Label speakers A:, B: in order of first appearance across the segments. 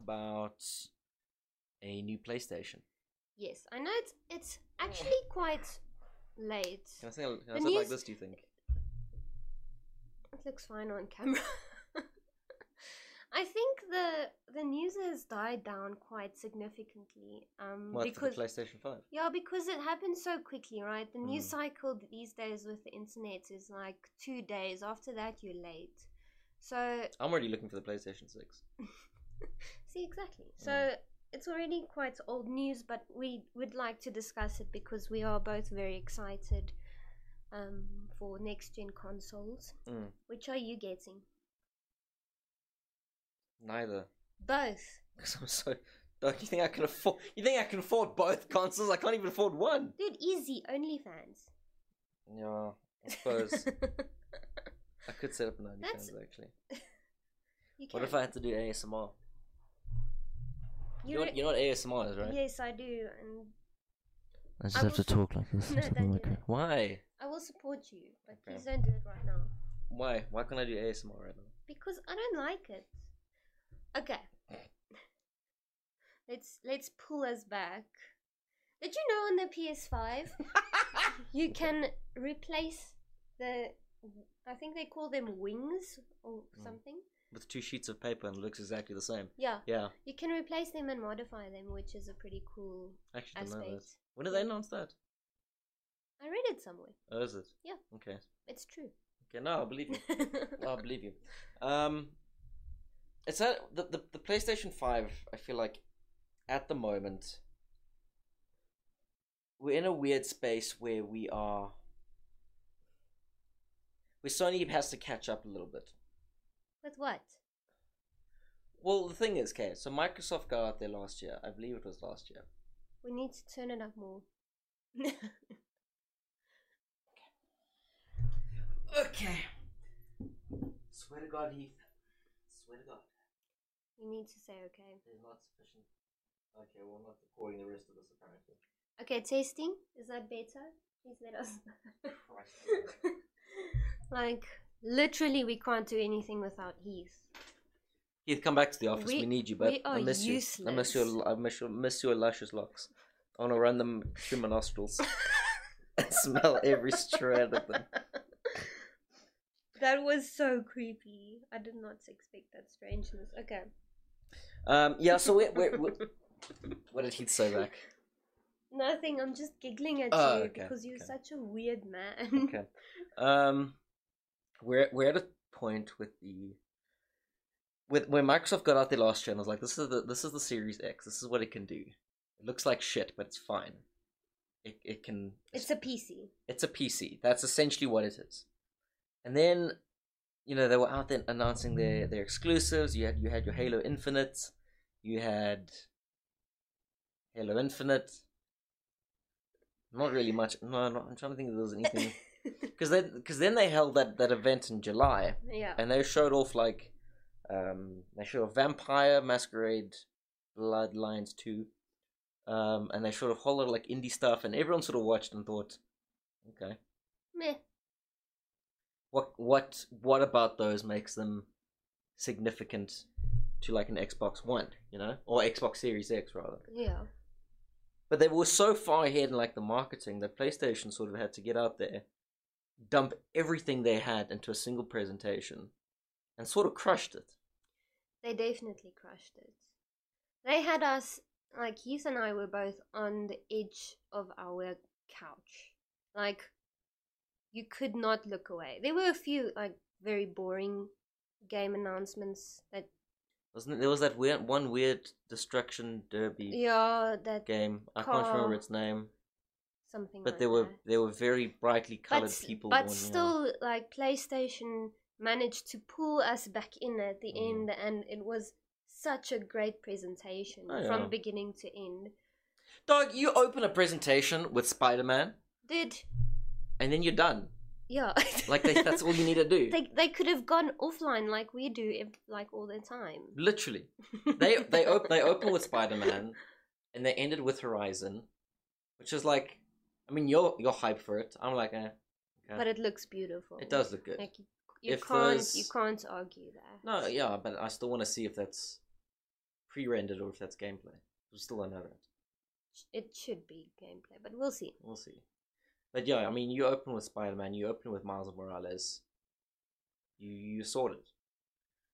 A: about a new PlayStation.
B: Yes, I know it's it's actually quite late.
A: Can I say, can I
B: The
A: say it like
B: news-
A: this, do you think?
B: It looks fine on camera. I think the the news has died down quite significantly. Um,
A: What, for
B: because
A: the PlayStation 5?
B: yeah, because it happened so quickly, right? The news
A: Mm.
B: cycle these days with the internet is like two days. After that, you're late. So
A: I'm already looking for the PlayStation 6.
B: See, exactly.
A: Mm.
B: So it's already quite old news, but we would like to discuss it because we are both very excited um, for next gen consoles.
A: Mm.
B: Which are you getting?
A: Neither.
B: Both.
A: Because I'm so. Don't you think I can afford? You think I can afford both consoles? I can't even afford one.
B: Dude, easy. OnlyFans.
A: Yeah, I suppose I could set up an OnlyFans
B: That's-
A: actually.
B: you can.
A: What if I had to do ASMR?
B: You
A: You know,
B: know-
A: what, you know what ASMR is, right?
B: Yes, I do. And
C: I just
B: I
C: have to
B: will-
C: talk like this.
B: No,
C: or something
B: don't
C: like
B: do
C: that.
B: that.
A: Why?
B: I will support you, but
A: Okay.
B: please don't do it right now.
A: Why? Why can't I do ASMR right now?
B: because I don't like it. Okay. Let's let's pull us back. Did you know on the PS5 you can replace the I think they call them wings or
A: Mm.
B: something.
A: With two sheets of paper and it looks exactly the same.
B: Yeah,
A: Yeah,
B: you can replace them and modify them, which is a pretty cool.
A: I actually don't know that.
B: Aspect.
A: When did they announce that?
B: I read it somewhere.
A: Oh, is it?
B: Yeah.
A: Okay.
B: It's true.
A: Okay. No, I believe you. No, I believe you. Um, it's that the, the the PlayStation Five. I feel like at the moment we're in a weird space where we are where Sony has to catch up a little bit.
B: With what?
A: Well, the thing is, okay, so Microsoft got out there last year. I believe it was last year.
B: We need to turn it up more.
A: Okay. Swear to God, Heath. Swear to God,
B: you need to say okay.
A: there's Eh, not sufficient. Okay, well, not recording the rest of this apparently.
B: Okay, tasting. Is that better? Please let us know.
A: Christ.
B: like literally we can't do anything without Heath.
A: Heath, come back to the office. We,
B: We-
A: need you, but
B: we are
A: I miss you. I miss your,
B: useless.
A: I miss your, miss your luscious locks. I want to run them through my nostrils and smell every shred of them.
B: That was so creepy. I did not expect that strangeness. Okay.
A: Um, yeah. So we, we, we, what did Heath say back?
B: Nothing, I'm just giggling at
A: Oh,
B: you
A: okay,
B: because you're
A: okay.
B: such a weird man.
A: Okay. Um, we're we're at a point with the with when Microsoft got out their last gen. I was like, this is the this is the Series X. This is what it can do. It looks like shit, but it's fine. It it can
B: It's a PC.
A: it's a PC. That's essentially what it is. And then, you know, they were out there announcing their, their exclusives. You had you had your Halo Infinite, you had Halo Infinite. Not really much. No, no I'm trying to think if there was anything because then because then they held that that event in July
B: yeah.
A: and they showed off like um they showed off Vampire Masquerade Bloodlines 2 um and they showed off a whole lot of like indie stuff and everyone sort of watched and thought okay
B: Meh.
A: what what what about those makes them significant to like an Xbox One, you know, or Xbox Series X rather.
B: Yeah.
A: But they were so far ahead in like the marketing that PlayStation sort of had to get out there, dump everything they had into a single presentation, and sort of crushed it.
B: They definitely crushed it. They had us like Heath and I were both on the edge of our couch. Like you could not look away. There were a few like very boring game announcements that
A: Wasn't it? there was that weird one weird destruction derby
B: yeah that
A: game? I can't remember
B: Car-
A: its name,
B: something
A: but
B: like
A: there were
B: that.
A: there were very brightly colored
B: s-
A: people.
B: but
A: on, yeah.
B: still like PlayStation managed to pull us back in at the
A: Mm.
B: end and it was such a great presentation
A: Oh, yeah.
B: from beginning to end.
A: dog, you open a presentation with Spider Man,
B: Did
A: and then you're done.
B: yeah.
A: Like they, that's all you need to do.
B: they they could have gone offline like we do if, like all the time.
A: Literally, they they op- they open with Spider Man, and they ended with Horizon, which is like, I mean, you're you're hyped for it. I'm like, eh, okay.
B: but it looks beautiful.
A: it does look good.
B: Like you, you
A: If
B: can't
A: those-
B: you can't argue that.
A: No, yeah, but I still want to see if that's pre-rendered or if that's gameplay. We still don't know that.
B: It should be gameplay, but we'll see.
A: We'll see. But yeah, I mean, you open with Spider-Man, you open with Miles Morales. You you sorted.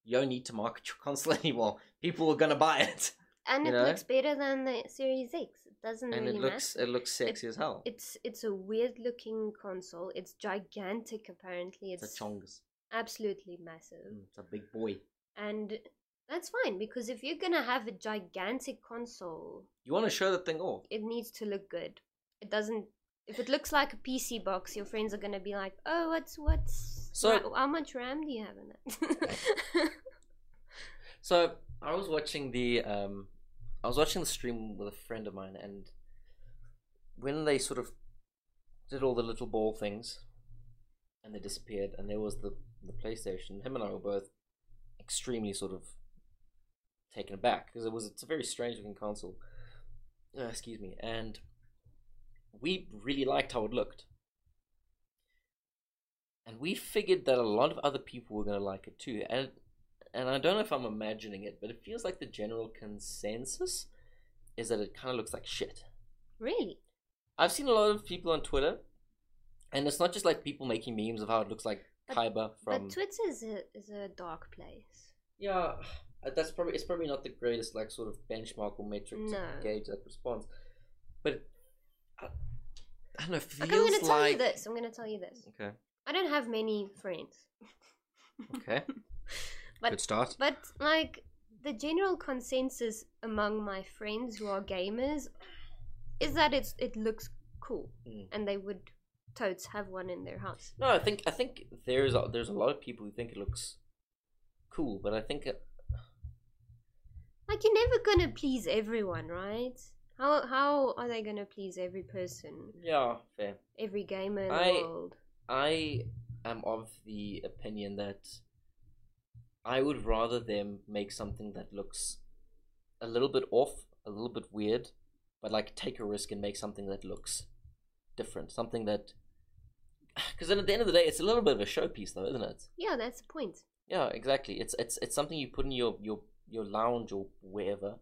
A: You don't need to market your console anymore. People are gonna buy it,
B: And
A: You
B: it
A: know?
B: looks better than the Series X. It doesn't
A: and
B: really
A: it looks it looks sexy as hell.
B: matter. It's it's a weird looking console. It's gigantic apparently.
A: It's
B: It's,
A: a chongus.
B: absolutely massive.
A: Mm, It's a big boy.
B: And that's fine because if you're gonna have a gigantic console,
A: You want to show that thing off.
B: it needs to look good. It doesn't. If it looks like a PC box, your friends are gonna be like, "Oh, what's what's
A: So-
B: ra- how much RAM do you have in it?"
A: So I was watching the um, I was watching the stream with a friend of mine, and when they sort of did all the little ball things, and they disappeared, and there was the the PlayStation. Him and I were both extremely sort of taken aback because it was it's a very strange looking console. Uh, excuse me, and we really liked how it looked. And we figured that a lot of other people were going to like it too, and and I don't know if I'm imagining it, but it feels like the general consensus is that it kind of looks like shit.
B: really?
A: I've seen a lot of people on Twitter, and it's not just like people making memes of how it looks like
B: But-
A: Kaiba from.
B: But Twitter is a is a dark place.
A: yeah, uh, that's probably it's probably not the greatest like sort of benchmark or metric
B: No.
A: to gauge that response, but uh, it, I, I don't know. It feels
B: Okay, I'm gonna
A: like
B: tell you this. I'm gonna tell you this.
A: okay,
B: I don't have many friends,
A: okay,
B: But-
A: good start.
B: but like the general consensus among my friends who are gamers is that it's it looks cool,
A: Mm.
B: and they would totes have one in their house.
A: No, I think I think there's a, there's a lot of people who think it looks cool, but I think it,
B: Like you're never gonna please everyone, right? How how are they gonna please every person,
A: yeah, fair.
B: every gamer in
A: I-
B: the world?
A: I am of the opinion that I would rather them make something that looks a little bit off, a little bit weird, but like take a risk and make something that looks different. Something that. Because then at the end of the day, it's a little bit of a showpiece, though, isn't it?
B: Yeah, that's the point.
A: Yeah, exactly. It's it's it's something you put in your your your lounge or wherever,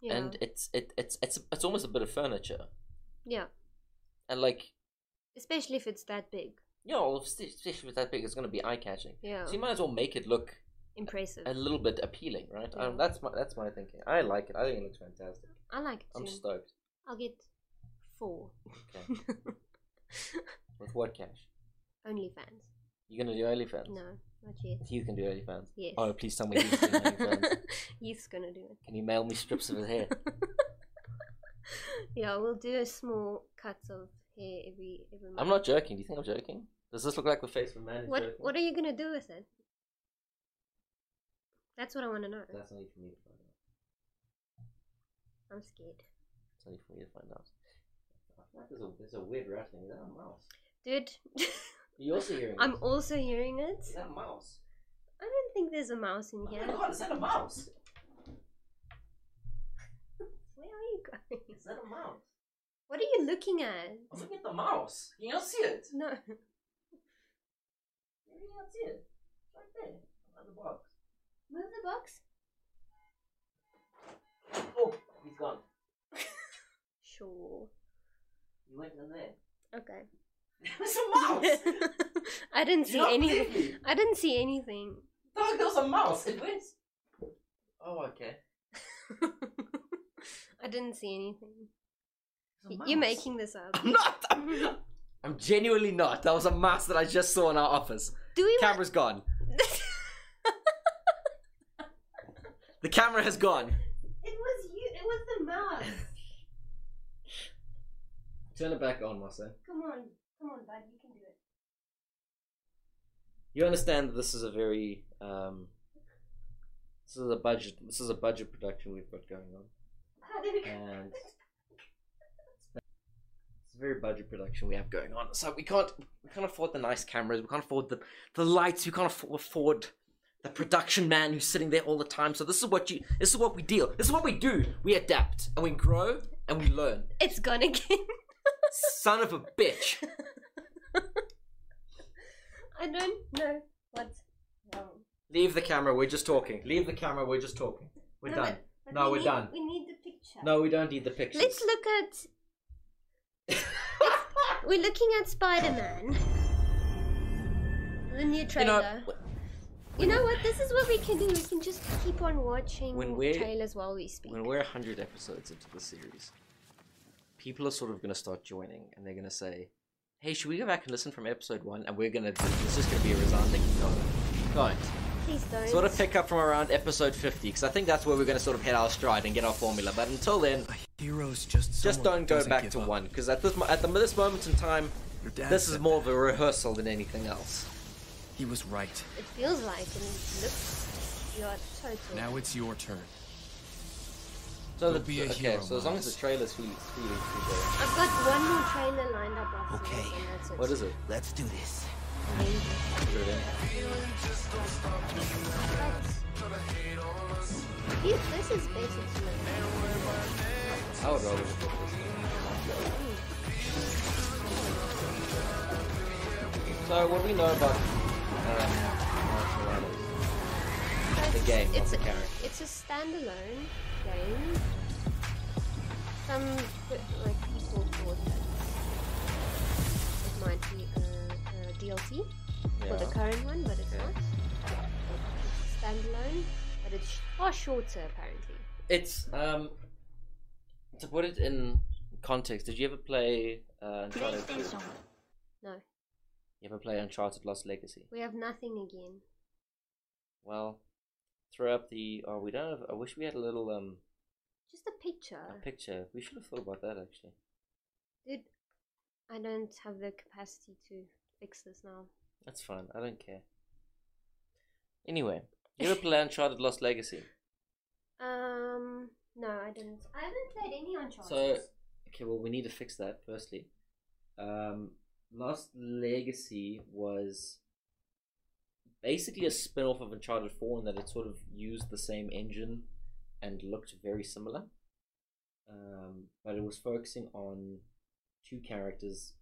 B: Yeah,
A: and it's it it's it's it's almost a bit of furniture,
B: yeah.
A: and like
B: Especially if it's that big.
A: you know, especially with that big, it's going to be eye catching.
B: Yeah,
A: So you might as well make it look
B: impressive.
A: a little bit appealing, right? Um,
B: Yeah.
A: that's my that's my thinking. I like it. I think it looks fantastic.
B: I like it.
A: I'm
B: too.
A: stoked.
B: I'll get four
A: Okay. With what cash?
B: OnlyFans.
A: You gonna do OnlyFans?
B: No, not yet.
A: You can do OnlyFans.
B: Yes.
A: Oh, please tell me you can do OnlyFans.
B: He's gonna do it.
A: Can you mail me strips of his hair?
B: Yeah, we'll do a small cut of hair every every month.
A: I'm not joking. Do you think I'm joking? Does this look like the face of a man? who's
B: What
A: joking?
B: What are you gonna do with it? That's what I want to know.
A: That's only for me to find out.
B: I'm scared,
A: It's only for me to find out. I feel like there's a there's a weird rattling. Is that a mouse?
B: dude.
A: You're also hearing.
B: I'm
A: this?
B: also hearing it.
A: Is that a mouse?
B: I don't think there's a mouse in
A: Oh
B: here.
A: my god! Is that a mouse?
B: Where are you going?
A: Is that a mouse?
B: What are you looking at?
A: I'm looking at the mouse. Can you not see it?
B: No.
A: Maybe that's it. Right there. On the box.
B: Move the box.
A: Oh, he's gone.
B: Sure.
A: He went in there.
B: Okay.
A: There's a mouse!
B: I didn't
A: Do you
B: see
A: not
B: anything.
A: believe me?
B: I didn't see anything.
A: Dog, there was a mouse. It went. Oh, okay.
B: I didn't see anything.
A: There's a
B: You're
A: mouse.
B: making this up.
A: I'm not! I'm, I'm genuinely not. That was a mouse that I just saw in our office.
B: Do we? want-
A: Camera's gone. The camera has gone.
B: it was you. It was the mouse.
A: Turn it back on, Marcel.
B: Come on, come on, bud. You can do it.
A: You understand that this is a very um this is a budget this is a budget production we've got going on. and it's a very budget production we have going on. So we can't we can't afford the nice cameras, we can't afford the the lights, we can't aff- afford the production man who's sitting there all the time. So this is what you this is what we deal. This is what we do. We adapt and we grow and we learn.
B: It's gone again.
A: Son of a bitch.
B: I don't know what's wrong.
A: Leave the camera. We're just talking. Leave the camera. We're just talking. We're
B: No,
A: done.
B: But, But
A: No,
B: we
A: we're
B: need-
A: done.
B: We need the picture.
A: No, we don't need the pictures.
B: Let's look at. We're looking at Spider Man. The new
A: You know,
B: trailer. You know, what? This is what we can do. We can just keep on watching
A: When we're-
B: trailers while we speak.
A: when we're 100 episodes into the series, people are sort of going to start joining and they're going to say, hey, should we go back and listen from episode one? And we're going to, it's just going to be a resounding no. Don't.
B: Please don't.
A: Sort of pick up from around episode 50, because I think that's where we're going to sort of hit our stride and get our formula. But until then,
C: A hero's just
A: just
C: someone
A: don't
C: who
A: go
C: doesn't
A: back
C: give
A: to
C: up.
A: one, because at this, mo- at the, this moment in time,
C: Your dad
A: this is
C: said
A: more of a rehearsal than anything else.
C: He was right.
B: It feels like and it looks. You are total.
C: Now it's your turn.
A: So
C: Go
A: the,
C: be a
A: okay,
C: hero,
A: so as long as
C: Miles.
A: the trailer's feeling, feeling good,
B: I've got one more trailer lined up after
C: Okay.
B: this, and that's it.
A: what is it?
C: Let's do this.
B: But- Yes, this is better to look at.
A: I would rather. So what do we know about uh, um, martial artists?
B: But
A: The game, not
B: It's
A: the
B: a,
A: character.
B: it's a standalone game. Some like people thought that it might be a, a DLC for the
A: Yeah.
B: current one, but it's
A: Yeah.
B: not. It's standalone, but it's far shorter apparently.
A: It's um to put it in context. Did you ever play uh, Uncharted? 2?
B: No,
A: You ever play Uncharted Lost Legacy?
B: we have nothing again.
A: Well, throw up the. Oh, we don't have. I wish we had a little um
B: Just a picture.
A: a picture. We should have thought about that actually.
B: Dude, I don't have the capacity to fix this now.
A: That's fine. I don't care. Anyway, you ever play Uncharted Lost Legacy?
B: Um, no, I didn't. I haven't played any Uncharted.
A: So, okay, well, we need to fix that firstly. Um, Lost Legacy was basically a spin off of Uncharted 4 in that it sort of used the same engine and looked very similar. Um, but it was focusing on two characters,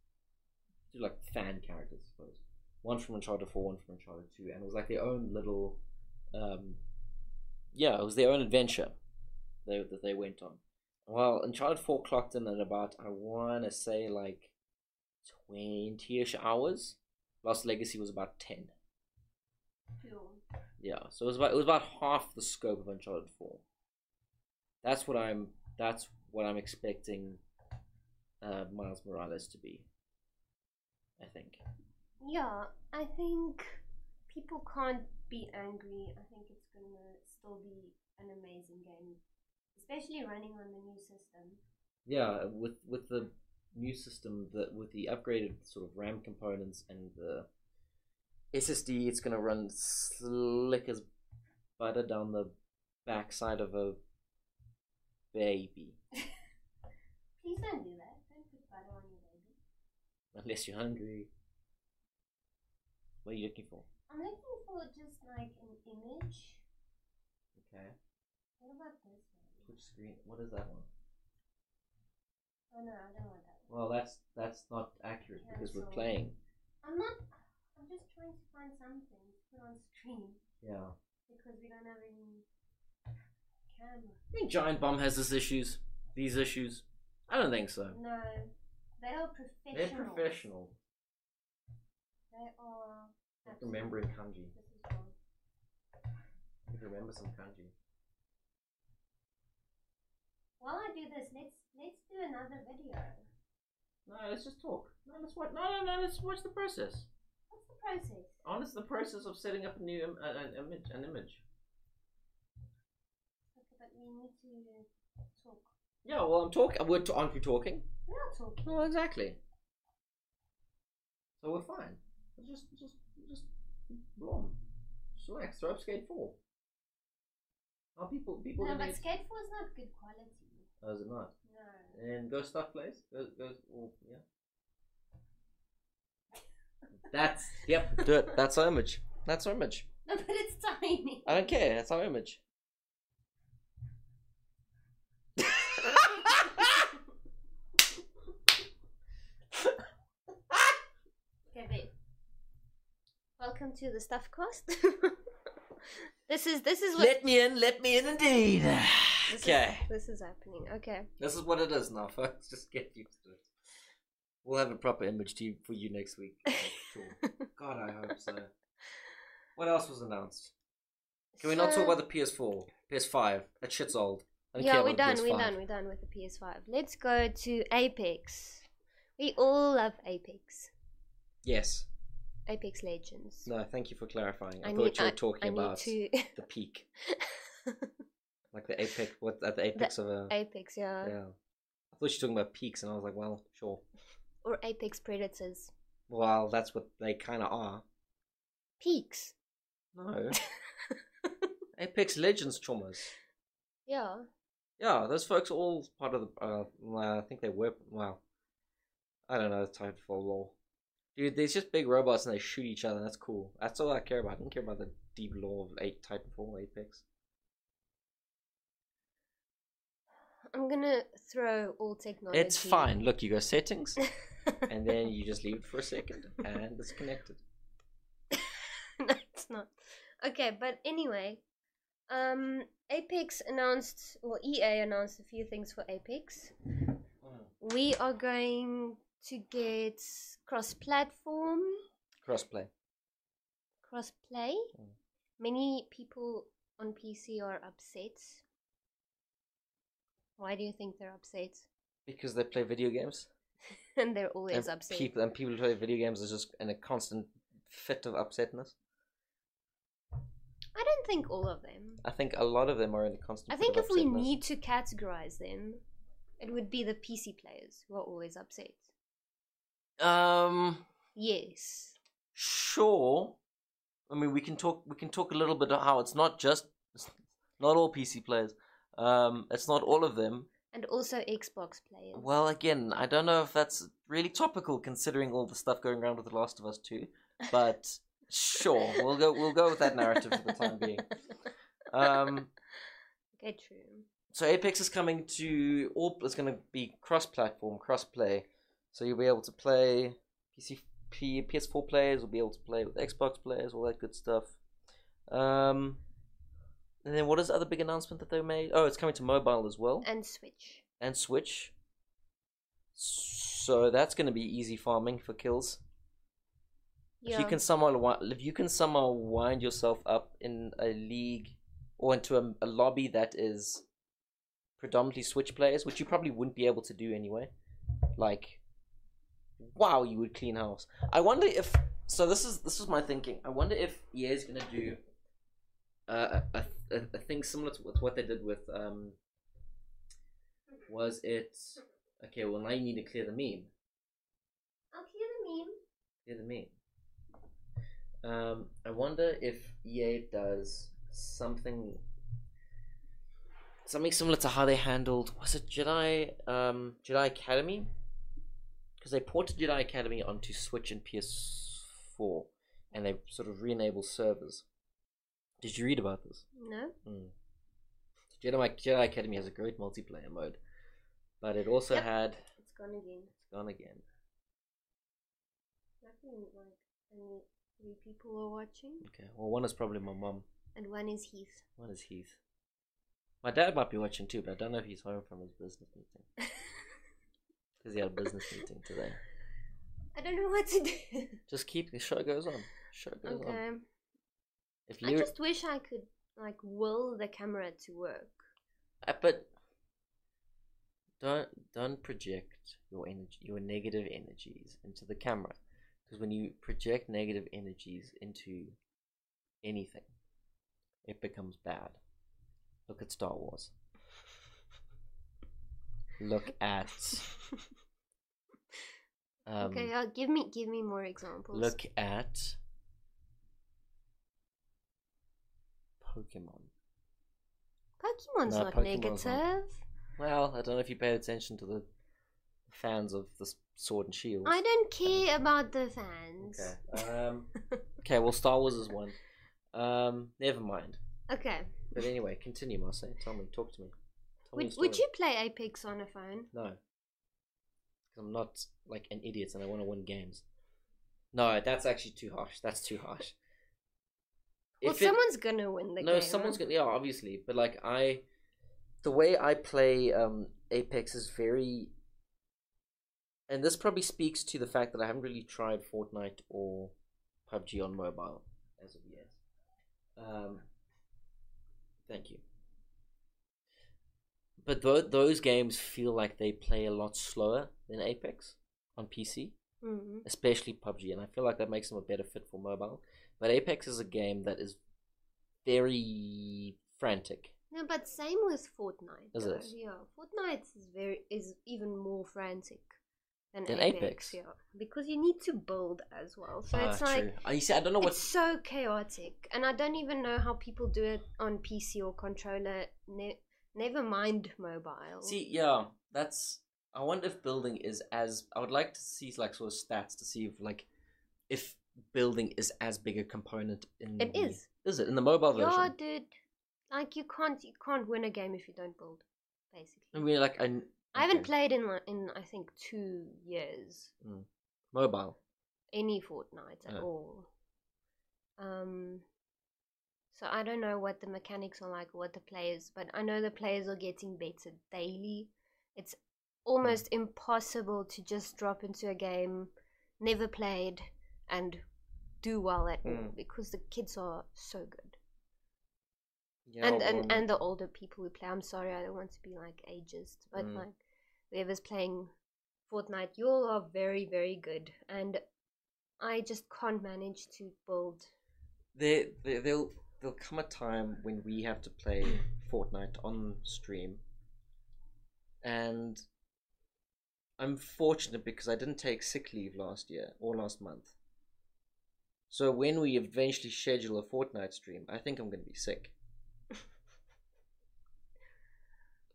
A: two like fan characters, I suppose. One from Uncharted 4, one from Uncharted 2, and it was like their own little. Um, yeah, it was their own adventure they, that they went on. Well, Uncharted 4 clocked in at about, I want to say, like 20 ish hours. Lost Legacy was about 10. Yeah, so it was about it was about half the scope of Uncharted 4. That's what I'm that's what I'm expecting uh, Miles Morales to be. I think.
B: Yeah, I think people can't be angry. I think it's gonna still be an amazing game, especially running on the new system.
A: Yeah, with with the new system that with the upgraded sort of RAM components and the SSD, it's gonna run slick as butter down the backside of a baby,
B: Please don't do that. Don't put butter on your baby.
A: unless you're hungry. What are you looking for?
B: I'm looking for just like an image.
A: Okay,
B: What about this one?
A: which screen? What is that one?
B: Oh no, I don't want that one.
A: Well, that's that's not accurate because we're
B: Cancel.
A: playing.
B: I'm not. I'm just trying to find something to put on screen
A: Yeah.
B: because we don't have any camera.
A: I think Giant Bomb has this issues. These issues. I don't think so.
B: No, they are
A: They're
B: professional.
A: professional.
B: They are.
A: Like remembering kanji.
B: uh, This is wrong.
A: You remember some kanji.
B: While I do this, let's let's do another video.
A: No, let's just talk. No, let's watch. No, no, no. Let's watch the process.
B: What's the process?
A: Honest, the process of setting up a new Im- an, an image. An image.
B: Okay, but we need to talk.
A: Yeah. Well, I'm talking. We're t- aren't we talking?
B: We are talking.
A: Well, exactly. So we're fine. Let's just, just, just, blom. Just relax. Throw up skate four. Are people, people?
B: No,
A: gonna
B: but
A: get-
B: Skate 4 is not good quality.
A: Oh, is it not?
B: No.
A: And go stuff place. Go, go. oh, yeah. That's yep. Do it. That's our image. That's our image.
B: No, but it's tiny.
A: I don't care. That's our image.
B: Okay, babe. Welcome to the stuff cost. this is this is what
A: Let me in. Let me in, indeed.
B: This
A: Okay.
B: Is, this is happening. Okay.
A: This is what it is now, folks. Just get used to it. We'll have a proper image team for you next week. I'm Sure. God, I hope so. What else was announced? Can we not
B: So-
A: talk about the PS4, PS5? That shit's old. I don't care
B: Yeah, we're
A: about the
B: done. We're
A: PS5.
B: done. We're done with the PS5. Let's go to Apex. We all love Apex.
A: Yes.
B: Apex Legends.
A: No, thank you for clarifying. I,
B: I
A: thought
B: need-
A: you were
B: I-
A: talking
B: I
A: about
B: need to
A: the peak, like the apex. What at the apex of a?
B: Apex, yeah.
A: yeah. I thought you were talking about peaks, and I was like, well, sure.
B: or Apex Predators.
A: Well, that's what they kind of are.
B: Peaks.
A: No. Apex Legends chummers.
B: Yeah.
A: Yeah, those folks are all part of the. Uh, well, I think they were. Well, I don't know. It's time for lore. Dude, there's just big robots and they shoot each other. That's cool. That's all I care about. I don't care about the deep lore of eight Titanfall Apex.
B: I'm gonna throw all technology.
A: It's fine. Look, you go settings, and then you just leave it for a second, and it's connected.
B: no, it's not. Okay, but anyway, um, Apex announced, or EA announced a few things for Apex. We are going to get cross-platform,
A: Crossplay.
B: cross-play.
A: Mm.
B: Many people on PC are upset. Why do you think they're upset?
A: Because they play video games.
B: and they're always
A: and
B: upset.
A: People and people who play video games are just in a constant fit of upsetness.
B: I don't think all of them.
A: I think a lot of them are in a constant.
B: I
A: fit
B: think
A: of
B: if we
A: upsetness.
B: need to categorize them, it would be the PC players who are always upset.
A: Um.
B: Yes.
A: sure. I mean, we can talk. We can talk a little bit about how it's not just, it's not all PC players. Um, it's not all of them.
B: And also Xbox players.
A: Well, again, I don't know if that's really topical considering all the stuff going around with The Last of Us Two, but sure, we'll go. We'll go with that narrative for the time being. Um,
B: Okay, true.
A: so Apex is coming to all. It's going to be cross-platform, cross-play. So you'll be able to play PC, P, PS4 players. Will be able to play with Xbox players, all that good stuff. Um, and then what is the other big announcement that they made? Oh, it's coming to mobile as well
B: And Switch.
A: and Switch. So that's going to be easy farming for kills. If
B: Yeah.
A: you can somehow wi- if you can somehow wind yourself up in a league or into a, a lobby that is predominantly Switch players, which you probably wouldn't be able to do anyway, like wow, you would clean house. I wonder if so. This is this is my thinking. I wonder if EA is going to do uh, a, a a thing similar to with what they did with um was it okay? Well, now you need to clear the meme.
B: I'll clear
A: Clear the meme. Um, I wonder if EA does something something similar to how they handled was it Jedi um, Jedi Academy because they ported Jedi Academy onto Switch and PS4 and they sort of re-enable servers. Did you read about this?
B: the meme. No?
A: Mm. Jedi Jedi Academy has a great multiplayer mode, but it also
B: Yep.
A: had
B: It's gone again.
A: gone again.
B: Nothing like only three people are watching.
A: Okay, well, one is probably my mum.
B: And one is Heath.
A: What is Heath? My dad might be watching too, but I don't know if he's home from his business meeting. Because he had a business meeting today.
B: I don't know what to do.
A: Just keep the show goes on. Show goes on.
B: okay.
A: If
B: I
A: Um, you,
B: just wish I could like will the camera to work.
A: uh, but don't don't project your energy, your negative energies into the camera, because when you project negative energies into anything, it becomes bad. Look at Star Wars. Look at. Um,
B: okay, uh, give me give me more examples.
A: look at Pokemon.
B: Pokemon's
A: No,
B: not
A: Pokemon's not.
B: negative.
A: Well, I don't know if you paid attention to the fans of the s- Sword and Shield.
B: I don't care about the fans.
A: Okay. Um, okay. Well, Star Wars is one. Um, never mind.
B: Okay.
A: But anyway, continue, Marseille. Tell me. Talk to me. Tell me
B: Would
A: a
B: would
A: story.
B: you play Apex on a phone?
A: No. 'Cause I'm not like an idiot, and I want to win games. No, that's actually too harsh. That's too harsh.
B: Well,
A: If it-
B: someone's gonna win the
A: no,
B: game.
A: someone's gonna. Yeah, obviously, but like I, the way I play um, Apex is very, and this probably speaks to the fact that I haven't really tried Fortnite or PUBG on mobile as of yet. Um, thank you. But tho- those games feel like they play a lot slower than Apex on PC
B: Mm-hmm.
A: especially PUBG, and I feel like that makes them a better fit for mobile. But Apex is a game that is very frantic.
B: No, but same with Fortnite.
A: Is
B: though.
A: it?
B: Yeah, Fortnite is very is even more frantic than,
A: Than
B: Apex.
A: Apex. Ah,
B: Yeah, because you need to build as well. So it's like
A: I, you see, I don't know
B: it's
A: what.
B: so chaotic, and I don't even know how people do it on PC or controller. Ne- never mind mobile.
A: See, yeah, that's. I wonder if building is as. I would like to see like sort of stats to see if like if building is as big a component in.
B: It
A: the-
B: is.
A: Is it in the mobile version?
B: yeah, dude. Like you can't you can't win a game if you don't build. Basically,
A: I mean, like I.
B: I haven't played in like, in I think two years
A: mobile.
B: any Fortnite at
A: Oh.
B: all. Um, so I don't know what the mechanics are like, what the players, but I know the players are getting better daily. It's almost impossible to just drop into a game never played and do well at all
A: Mm.
B: because the kids are so good.
A: Yeah,
B: and and
A: well,
B: and the older people who play. I'm sorry, I don't want to be like ageist, but
A: Mm.
B: like whoever's playing Fortnite, you all are very very good, and I just can't manage to build.
A: there, there there'll there'll come a time when we have to play Fortnite on stream, and I'm fortunate because I didn't take sick leave last year or last month. So when we eventually schedule a Fortnite stream, I think I'm going to be sick.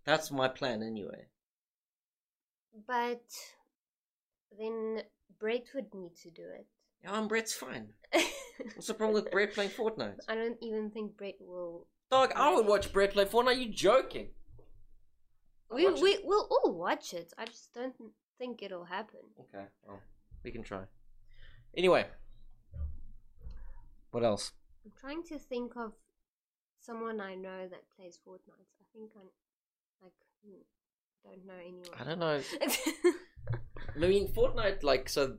A: That's my plan anyway.
B: But then Brett would need to do it.
A: Yeah, I'm Brett's fine. What's the problem with Brett playing Fortnite?
B: I don't even think Brett will.
A: Dog, I would watch Brett play Fortnite. You joking? I'll
B: We
A: watch it.
B: we we'll all watch it. I just don't think it'll happen.
A: Okay, well, we can try. Anyway, what else?
B: I'm trying to think of someone I know that plays Fortnite. I think I like n- don't know anyone.
A: I don't know. I
B: know.
A: mean, Fortnite, like, so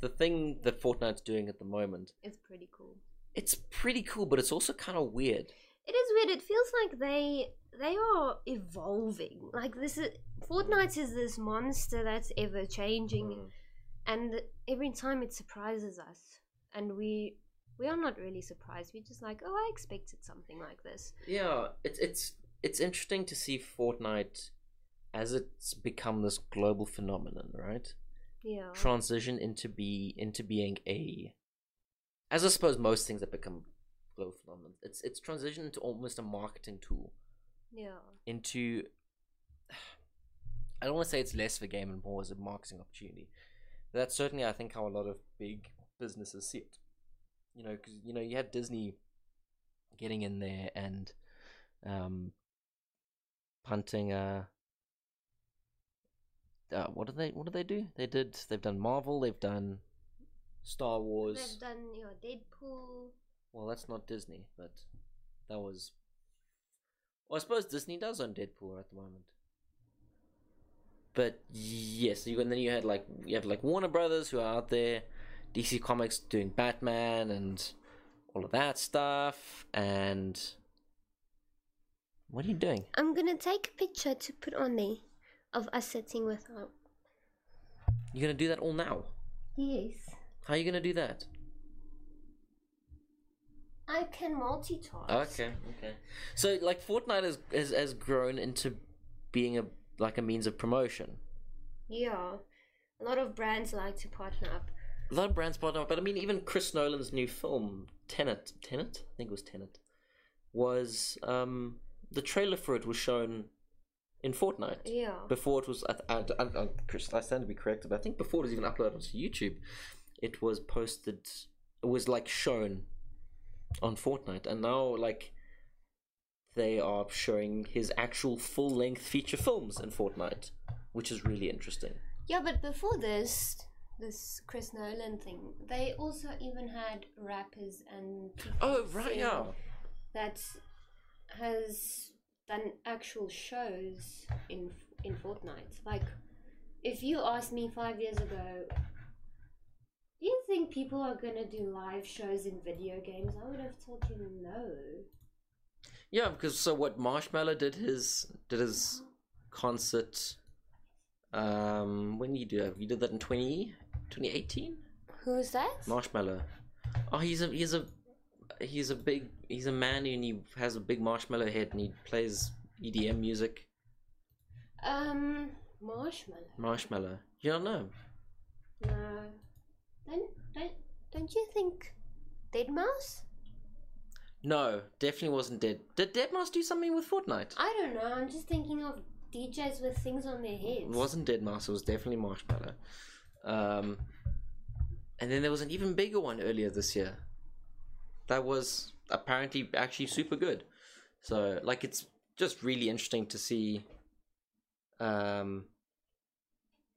A: the thing that Fortnite's doing at the moment,
B: it's pretty cool.
A: it's pretty cool, but it's also kind of weird.
B: It is weird. It feels like they they are evolving. Like this is Fortnite is this monster that's ever changing,
A: Mm-hmm.
B: and every time it surprises us, and we we are not really surprised. We're just like, oh, I expected something like this.
A: Yeah, it's it's it's interesting to see Fortnite as it's become this global phenomenon, right?
B: Yeah.
A: Transition into be into being a, as I suppose most things that become global phenomenon, it's it's transitioned into almost a marketing tool.
B: yeah.
A: into I don't want to say it's less of a game and more as a marketing opportunity. That's certainly I think how a lot of big businesses see it. You know, because you know you had Disney getting in there and um, punting. Uh, uh, what did they? What did they do? They did. They've done Marvel. They've done Star Wars.
B: They've done your Deadpool.
A: Well, that's not Disney, but that was. Well, I suppose Disney does own Deadpool at the moment. But yes, you and then you had like you have like Warner Brothers who are out there, DC Comics doing Batman and all of that stuff, and what are you doing?
B: I'm gonna take a picture to put on there of us sitting with our
A: You're gonna do that all now?
B: yes.
A: How are you gonna do that?
B: I can multitask.
A: Okay, okay. So like Fortnite has has, has grown into being a like a means of promotion.
B: Yeah, a lot of brands like to partner up.
A: A lot of brands bought up, but I mean, even Chris Nolan's new film, Tenet, Tenet, I think it was Tenet, was um, the trailer for it was shown in Fortnite.
B: Yeah.
A: Before it was, I, I, I, I, Chris, I stand to be corrected, but I think before it was even uploaded onto YouTube, it was posted, it was like shown on Fortnite, and now like they are showing his actual full length feature films in Fortnite, which is really interesting.
B: Yeah, but before this, this Chris Nolan thing, they also even had rappers and people
A: Oh, right,
B: singing
A: yeah.
B: that has done actual shows in in Fortnite. Like, if you asked me five years ago, do you think people are gonna do live shows in video games? I would have told you no.
A: Yeah, because so what Marshmallow did his did his concert um when did he do that? He did that in 20, 2018?
B: Who's that?
A: Marshmallow. Oh he's a he's a he's a big he's a man and he has a big marshmallow head and he plays EDM music.
B: um, Marshmallow.
A: Marshmallow. You don't know.
B: No. Don't don't don't you think Dead Mouse?
A: No, definitely wasn't dead. Did Deadmau5 do something with Fortnite?
B: I don't know. I'm just thinking of DJs with things on their heads.
A: It wasn't Deadmau5, it was definitely Marshmallow. Um, and then there was an even bigger one earlier this year that was apparently actually super good. So, like, it's just really interesting to see. Um,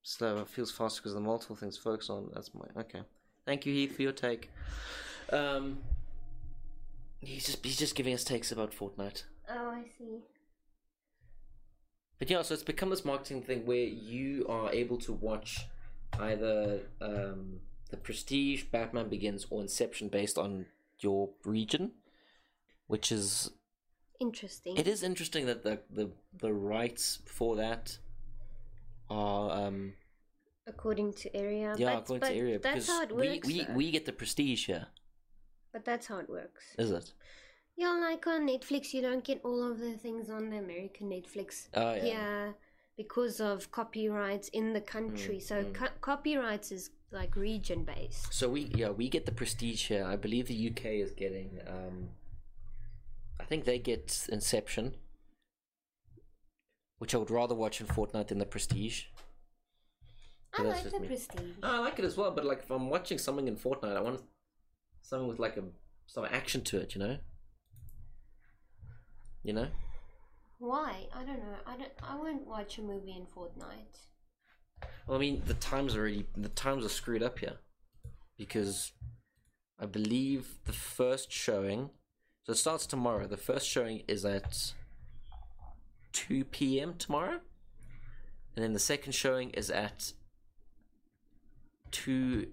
A: slower feels faster because the multiple things focus on. That's my okay. Thank you, Heath, for your take. Um, he's just he's just giving us takes about Fortnite.
B: Oh, I see.
A: But yeah, so it's become this marketing thing where you are able to watch either um, the Prestige, Batman Begins, or Inception based on your region, which is
B: Interesting.
A: it is interesting that the the, the rights for that are um,
B: according to area.
A: yeah
B: but,
A: according
B: but
A: to area
B: That's
A: because
B: how it
A: we
B: works.
A: we,
B: though.
A: we get the Prestige here,
B: But that's how it works.
A: is it?
B: Yeah, like on Netflix, you don't get all of the things on the American Netflix.
A: Oh yeah.
B: yeah. because of copyrights in the country.
A: Mm,
B: so co- copyrights is like region based.
A: So we yeah we get the Prestige here. I believe the UK is getting um, I think they get Inception, which I would rather watch in Fortnite than the Prestige.
B: I
A: But that's
B: like
A: just
B: the
A: me.
B: prestige.
A: No, I like it as well, but like if I'm watching something in Fortnite, I want something with like a some action to it, you know. You know,
B: Why? I don't know. I don't. I won't watch a movie in Fortnite.
A: well, I mean the times are already the times are screwed up here, because I believe the first showing, so it starts tomorrow. The first showing is at two p.m. tomorrow, and then the second showing is at two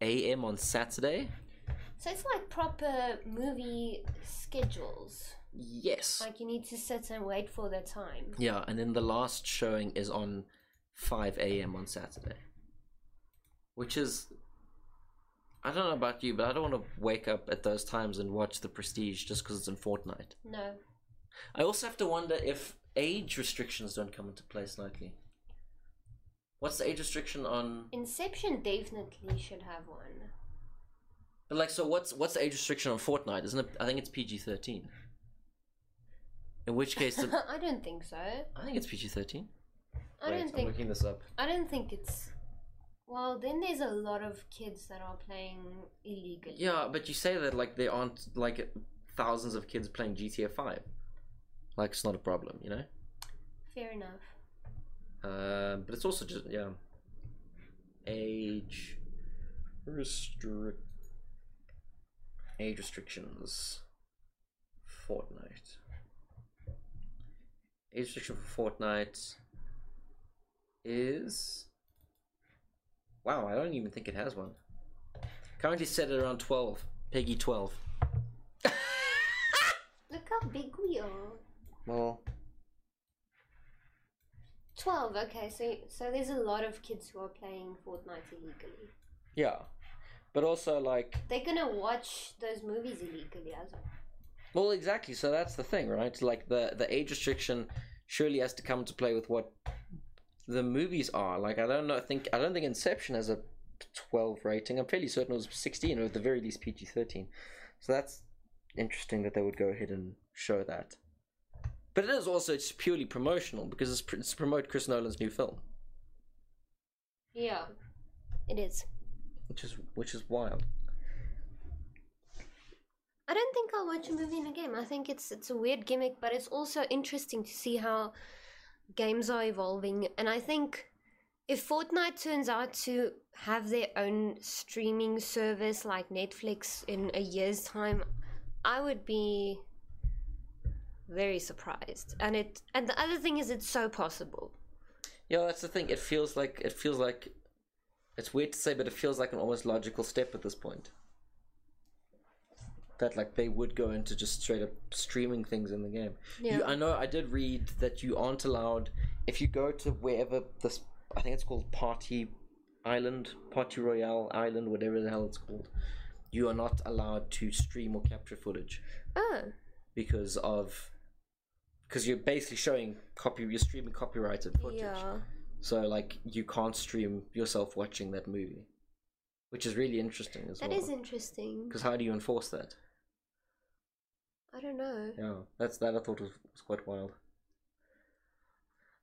A: a.m. on Saturday.
B: So it's like proper movie schedules.
A: Yes.
B: Like you need to sit and wait for the time.
A: Yeah, and then the last showing is on 5 a.m. on Saturday. Which is. I don't know about you, but I don't want to wake up at those times and watch The Prestige just because it's in Fortnite.
B: No.
A: I also have to wonder if age restrictions don't come into place likely. What's the age restriction on.
B: Inception definitely should have one.
A: But like, so what's what's the age restriction on Fortnite? Isn't it? I think it's PG 13. In which case, the,
B: I don't think so. I
A: I think it's PG 13.
B: don't think.
A: I'm looking this up.
B: I don't think it's. Well, then there's a lot of kids that are playing illegally.
A: Yeah, but you say that like there aren't like thousands of kids playing GTA Five. Like it's not a problem, you know.
B: Fair enough.
A: Um, but it's also just yeah, age restrict age restrictions. Fortnite. Age restriction for Fortnite is wow. I don't even think it has one. Currently set at around twelve. Peggy twelve.
B: Look how big we are.
A: Well,
B: Twelve. Okay, so so there's a lot of kids who are playing Fortnite illegally.
A: yeah, but also like
B: They're gonna watch those movies illegally as well.
A: Well, exactly. So that's the thing, right? Like the the age restriction surely has to come into play with what the movies are. Like I don't know. I think I don't think Inception has a twelve rating. I'm fairly certain it was sixteen or at the very least PG thirteen. So that's interesting that they would go ahead and show that. But it is also it's purely promotional because it's, pr- it's to promote Chris Nolan's new film,
B: Yeah, it is.
A: which is which is wild.
B: I don't think I'll watch a movie in a game. I think it's it's a weird gimmick, but it's also interesting to see how games are evolving. And I think if Fortnite turns out to have their own streaming service like Netflix in a year's time, I would be very surprised. And it and the other thing is it's so possible.
A: Yeah, that's the thing. It feels like it feels like it's weird to say, but it feels like an almost logical step at this point. That like they would go into just straight up streaming things in the game.
B: Yeah.
A: You, I know I did read that you aren't allowed if you go to wherever this I think it's called Party Island, Party Royale Island, whatever the hell it's called. You are not allowed to stream or capture footage
B: Oh.
A: because of because you're basically showing copy you're streaming copyrighted footage.
B: Yeah.
A: So like you can't stream yourself watching that movie, which is really interesting as
B: That
A: well.
B: is interesting.
A: Because how do you enforce that?
B: I don't know.
A: Yeah, that's that I thought was, was quite wild.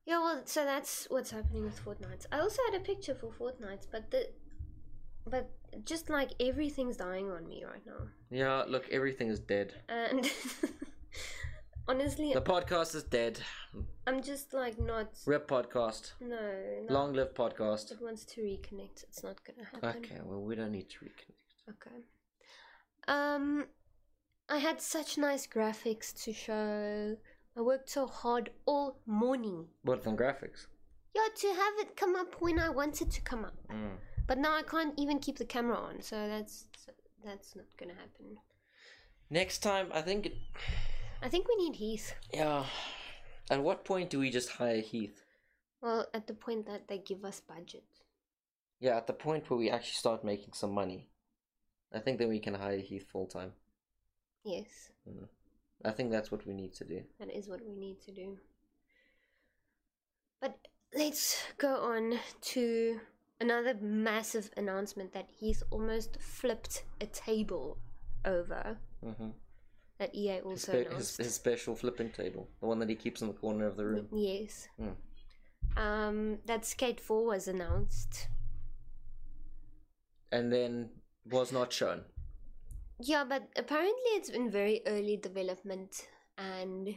B: Yeah, well, so that's what's happening with Fortnite. I also had a picture for Fortnite, but the but just like everything's dying on me right now.
A: Yeah, look, everything is dead.
B: And honestly,
A: The podcast is dead.
B: I'm just like not
A: Rip podcast.
B: no, no.
A: Long live podcast.
B: It wants to reconnect. It's not going to happen.
A: Okay, well we don't need to reconnect.
B: Okay. Um, I had such nice graphics to show. I worked so hard all morning.
A: What then graphics?
B: Yeah, to have it come up when I wanted to come up.
A: Mm.
B: But now I can't even keep the camera on, so that's so that's not gonna happen.
A: Next time, I think. It,
B: I think we need Heath.
A: yeah. At what point do we just hire Heath?
B: Well, at the point that they give us budget.
A: Yeah, at the point where we actually start making some money, I think then we can hire Heath full time.
B: Yes,
A: I think that's what we need to do.
B: that is what we need to do. But let's go on to another massive announcement that Heath almost flipped a table over.
A: Mhm.
B: That EA
A: His,
B: also
A: spe- his,
B: announced.
A: his special flipping table, the one that he keeps in the corner of the room.
B: Yes.
A: Mm.
B: Um, that Skate 4 was announced.
A: And then was not shown.
B: Yeah, but apparently it's been very early development and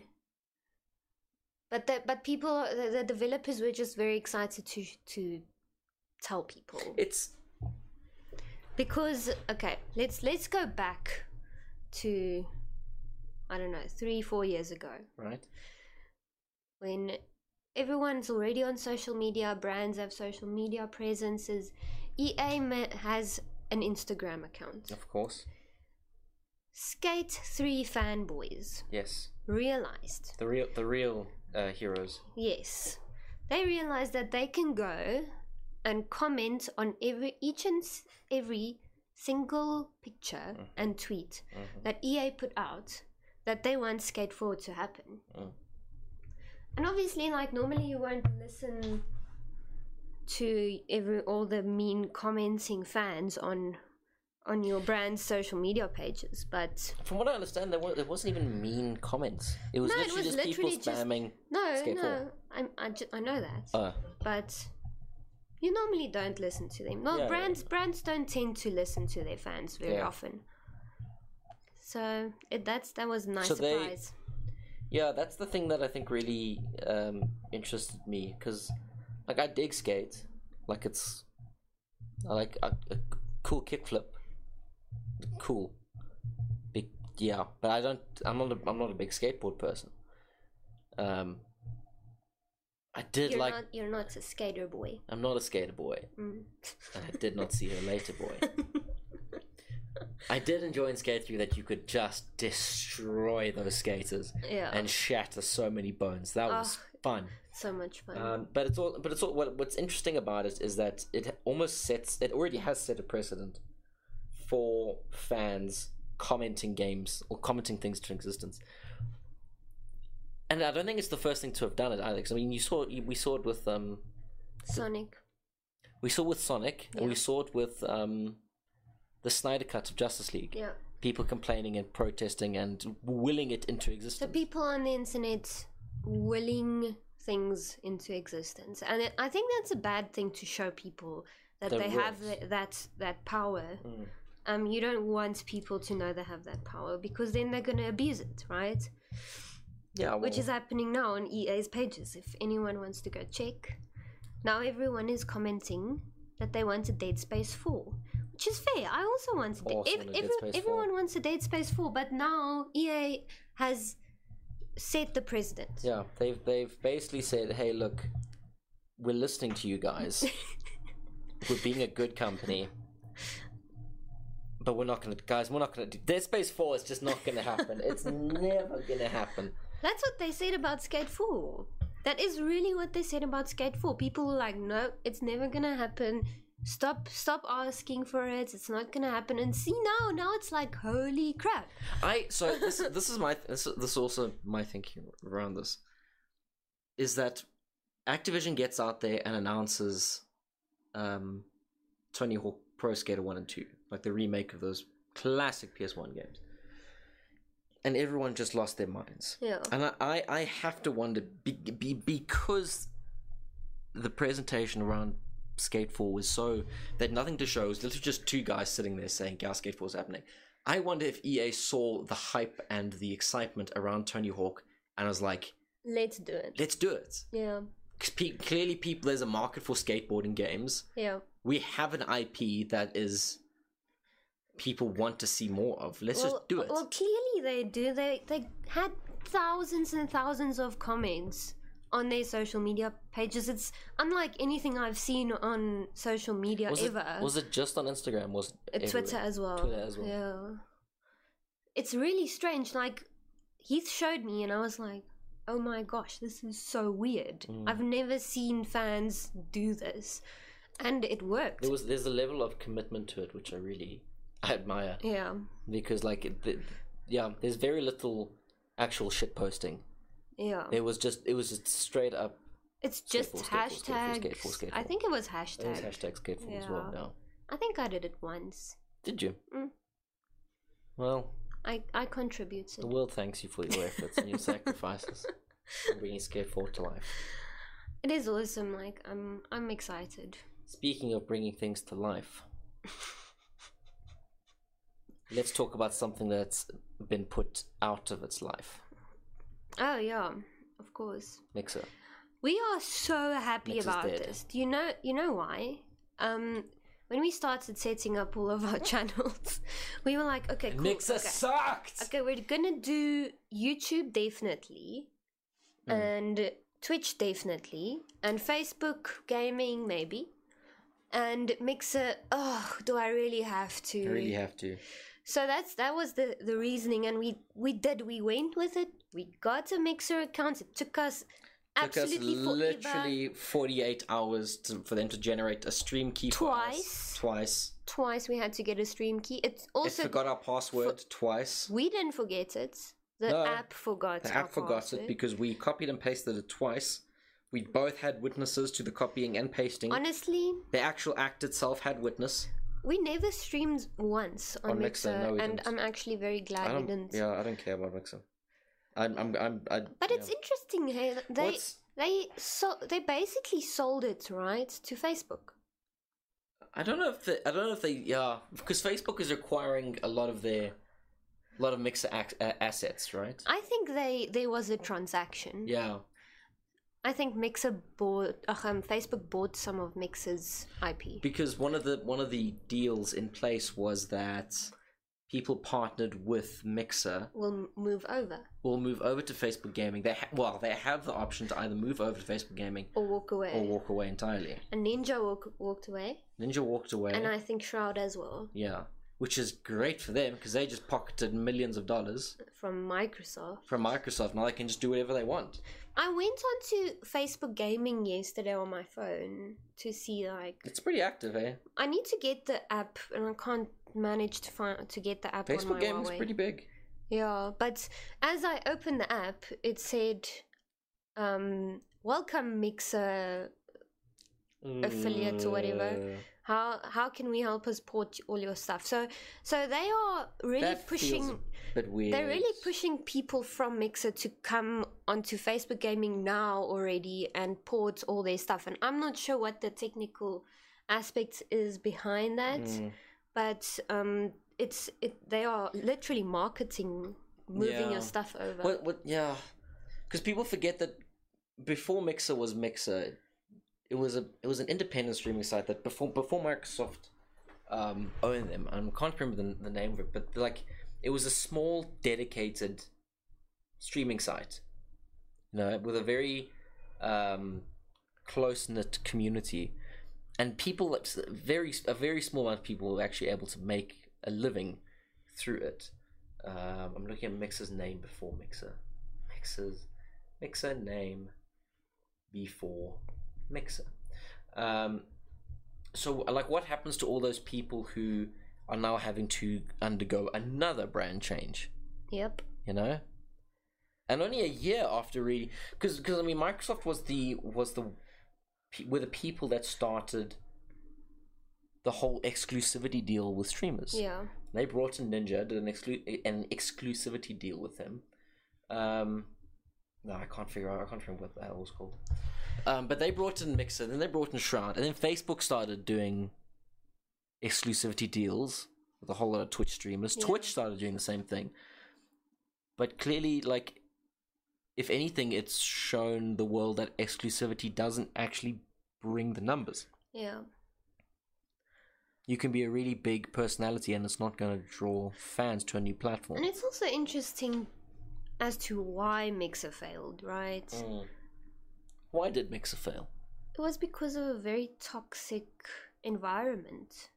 B: but the, but people the, the developers were just very excited to to tell people
A: It's.
B: because okay let's let's go back to I don't know three four years ago
A: Right?
B: when everyone's already on social media brands have social media presences EA ma- has an Instagram account
A: Of course.
B: Skate 3 fanboys
A: Yes.
B: realized
A: The real, the real uh, heroes.
B: Yes. They realize that they can go and comment on every each and s- every single picture and tweet that EA put out that they want Skate 4 to happen.
A: Mm.
B: And obviously like normally you won't listen to every all the mean commenting fans on on your brand's social media pages, but
A: From what I understand, there, was, there wasn't even mean comments. It was
B: No, it
A: literally
B: was
A: just
B: literally
A: people
B: just-
A: spamming.
B: no,
A: Skate
B: no, I'm, I, ju- I know that.
A: Uh,
B: but you normally don't listen to them. Well,
A: Yeah, yeah,
B: brands brands don't tend to listen to their fans very
A: Yeah.
B: often. So it, that's that was a nice
A: So they-
B: surprise.
A: yeah, that's the thing that I think really um, interested me because, like, I dig skate. Like, it's. I like a, a cool kickflip. Cool. Big, yeah, but I don't. I'm not. A, I'm not a big skateboard person. Um. I did
B: You're
A: like.
B: not you're not a skater boy.
A: I'm not a skater boy.
B: Mm.
A: and I did not see her later, boy. I did enjoy in Skate 3 that you could just destroy those skaters
B: Yeah,
A: and shatter so many bones. That was
B: Ah.
A: fun.
B: so much fun.
A: Um, but it's all. But it's all. What, what's interesting about it is that it almost sets. It already has set a precedent for fans commenting games or commenting things to existence. And I don't think it's the first thing to have done it, Alex. I mean, you saw. We saw it with um,
B: Sonic.
A: we saw with Sonic, and we
B: Yeah.
A: saw it with um, the Snyder Cut of Justice League.
B: Yeah.
A: People complaining and protesting and willing it into
B: So
A: existence.
B: people on the internet willing things into existence, and it, I think that's a bad thing to show people that
A: Their
B: they have
A: rights.
B: the, that that power. Um, you don't want people to know they have that power because then they're gonna abuse it, right?
A: yeah, well,
B: Which is happening now on EA's pages. If anyone wants to go check, now everyone is commenting that they want a Dead Space 4, which is fair. I also want a,
A: Also
B: Dead.
A: want
B: ev-
A: a Dead
B: every-
A: Space 4.
B: everyone wants a Dead Space 4, but now EA E has set the precedent.
A: Yeah, they've they've basically said, "Hey, look, we're listening to you guys. we're being a good company, but we're not gonna, guys. We're not gonna do Dead Space Four. is just not gonna happen. it's never gonna happen.
B: That's what they said about Skate 4. That is really what they said about Skate 4. People were like, no, it's never gonna happen. Stop stop asking for it. It's not gonna happen. And see now, now it's like, holy crap.
A: I so this this is my this this is also my thinking around this is that Activision gets out there and announces um Tony Hawk Pro Skater 1 and 2, like the remake of those classic PS1 games. And everyone just lost their minds.
B: Yeah.
A: And I, I, I have to wonder be, be, because the presentation around Skate 4 was so they had nothing to show. It was literally just two guys sitting there saying, "Guys, Skate 4 is happening." I wonder if EA saw the hype and the excitement around Tony Hawk and was like,
B: Let's do it.
A: "Let's do it."
B: Yeah.
A: 'Cause Pe- clearly, people there's a market for skateboarding games.
B: Yeah.
A: We have an IP that is people want to see more of. Let's
B: well,
A: just do it.
B: Well clearly they do. They they had thousands and thousands of comments on their social media pages. It's unlike anything I've seen on social media
A: was it,
B: ever.
A: was it just on Instagram? Was it
B: Uh, Twitter
A: everywhere?
B: as well.
A: Twitter as well.
B: Yeah. It's really strange. Like, Heath showed me, and I was like, oh my gosh, this is so weird.
A: Mm.
B: I've never seen fans do this. And it worked.
A: there was there's a level of commitment to it which I really admire
B: yeah.
A: because like it, the, yeah there's very little actual shit posting
B: Yeah.
A: it was just it was just straight up
B: it's just
A: skateboard, skateboard, skateboard,
B: hashtags.
A: skateboard,
B: I
A: skateboard.
B: think it was hashtag.
A: it was hashtag skateful as well
B: Yeah.
A: yeah
B: I think I did it once.
A: did you
B: Mm.
A: well
B: I, I contributed.
A: the world thanks you for your efforts and your sacrifices and bringing skateful to life
B: It is awesome. Like, I'm, I'm excited.
A: speaking of bringing things to life let's talk about something that's been put out of its life
B: Oh, yeah. Of course.
A: mixer
B: We are so happy
A: Mix is
B: about
A: dead.
B: this. Do you know you know why? Um when we started setting up all of our channels, we were like, okay, cool.
A: mixer
B: okay.
A: sucked
B: okay, we're gonna do YouTube definitely
A: Hmm.
B: and Twitch definitely and Facebook gaming maybe. And Mixer, oh, do I really have to?
A: you really have to
B: So that's that was the the reasoning, and we we did we went with it. We got a Mixer account. It took us
A: took us
B: absolutely forever.
A: literally 48 hours to, for them to generate a stream key for us.
B: Twice.
A: twice
B: twice we had to get a stream key. It
A: it
B: also
A: forgot our password twice
B: we didn't forget it. The
A: No,
B: app forgot.
A: the
B: our
A: app forgot
B: password.
A: it because we copied and pasted it twice we both had witnesses to the copying and pasting
B: honestly,
A: the actual act itself had witness
B: we never streamed once on,
A: On Mixer,
B: Mixer,
A: no, we
B: and
A: didn't.
B: I'm actually very glad
A: I
B: we
A: don't,
B: didn't.
A: yeah i don't care about mixer i'm i'm, I'm I,
B: But it's
A: yeah.
B: interesting. Hey, that they
A: What's-
B: they so they basically sold it right to Facebook.
A: i don't know if the, i don't know if they yeah because facebook is requiring a lot of their a lot of mixer ac- uh, assets right
B: I think they there was a transaction.
A: yeah
B: I think Mixer bought. ugh, um, Facebook bought some of Mixer's IP.
A: because one of the one of the deals in place was that people partnered with Mixer
B: we'll m- move over
A: will move over to Facebook Gaming. They ha- well, they have the option to either move over to Facebook Gaming
B: or walk away.
A: or walk away entirely.
B: and Ninja walk, walked away.
A: Ninja walked away.
B: and I think Shroud as well
A: yeah, which is great for them because they just pocketed millions of dollars
B: from Microsoft.
A: from Microsoft. Now they can just do whatever they want.
B: I went onto Facebook Gaming yesterday on my phone to see like
A: It's pretty active, eh?
B: I need to get the app and I can't manage to find to get the app on my
A: Facebook Gaming's
B: Huawei.
A: pretty big.
B: Yeah, but as I opened the app, it said, um, "Welcome Mixer. Affiliate or
A: Mm.
B: whatever. How how can we help us port all your stuff?" So so they are really
A: that
B: pushing.
A: feels a bit weird.
B: They're really pushing people from Mixer to come onto Facebook Gaming now already and port all their stuff. And I'm not sure what the technical aspect is behind that,
A: Hmm.
B: but um, it's it, they are literally marketing moving
A: Yeah.
B: your stuff over.
A: What? What? Yeah, because people forget that before Mixer was Mixer, it was a it was an independent streaming site that before before Microsoft um, owned them. I can't remember the, the name of it, but like it was a small dedicated streaming site, you know, with a very um, close knit community, and people that's very a very small amount of people were actually able to make a living through it. Um, I'm looking at Mixer's name before Mixer, Mixer's Mixer name before Mixer. Um, so uh, like what happens to all those people who are now having to undergo another brand change
B: Yep.
A: you know and only a year after really because because i mean microsoft was the was the pe- were the people that started the whole exclusivity deal with streamers
B: Yeah.
A: they brought in ninja did an exclu- an exclusivity deal with him um no, I can't figure out. I can't remember what the hell it was called. Um, but they brought in Mixer, then they brought in Shroud, and then Facebook started doing exclusivity deals with a whole lot of Twitch streamers.
B: Yeah.
A: Twitch started doing the same thing. But clearly, like, if anything, it's shown the world that exclusivity doesn't actually bring the numbers.
B: Yeah.
A: You can be a really big personality, and it's not going to draw fans to a new platform.
B: And it's also interesting as to why Mixer failed, right?
A: Mm. Why did Mixer fail?
B: It was because of a very toxic environment.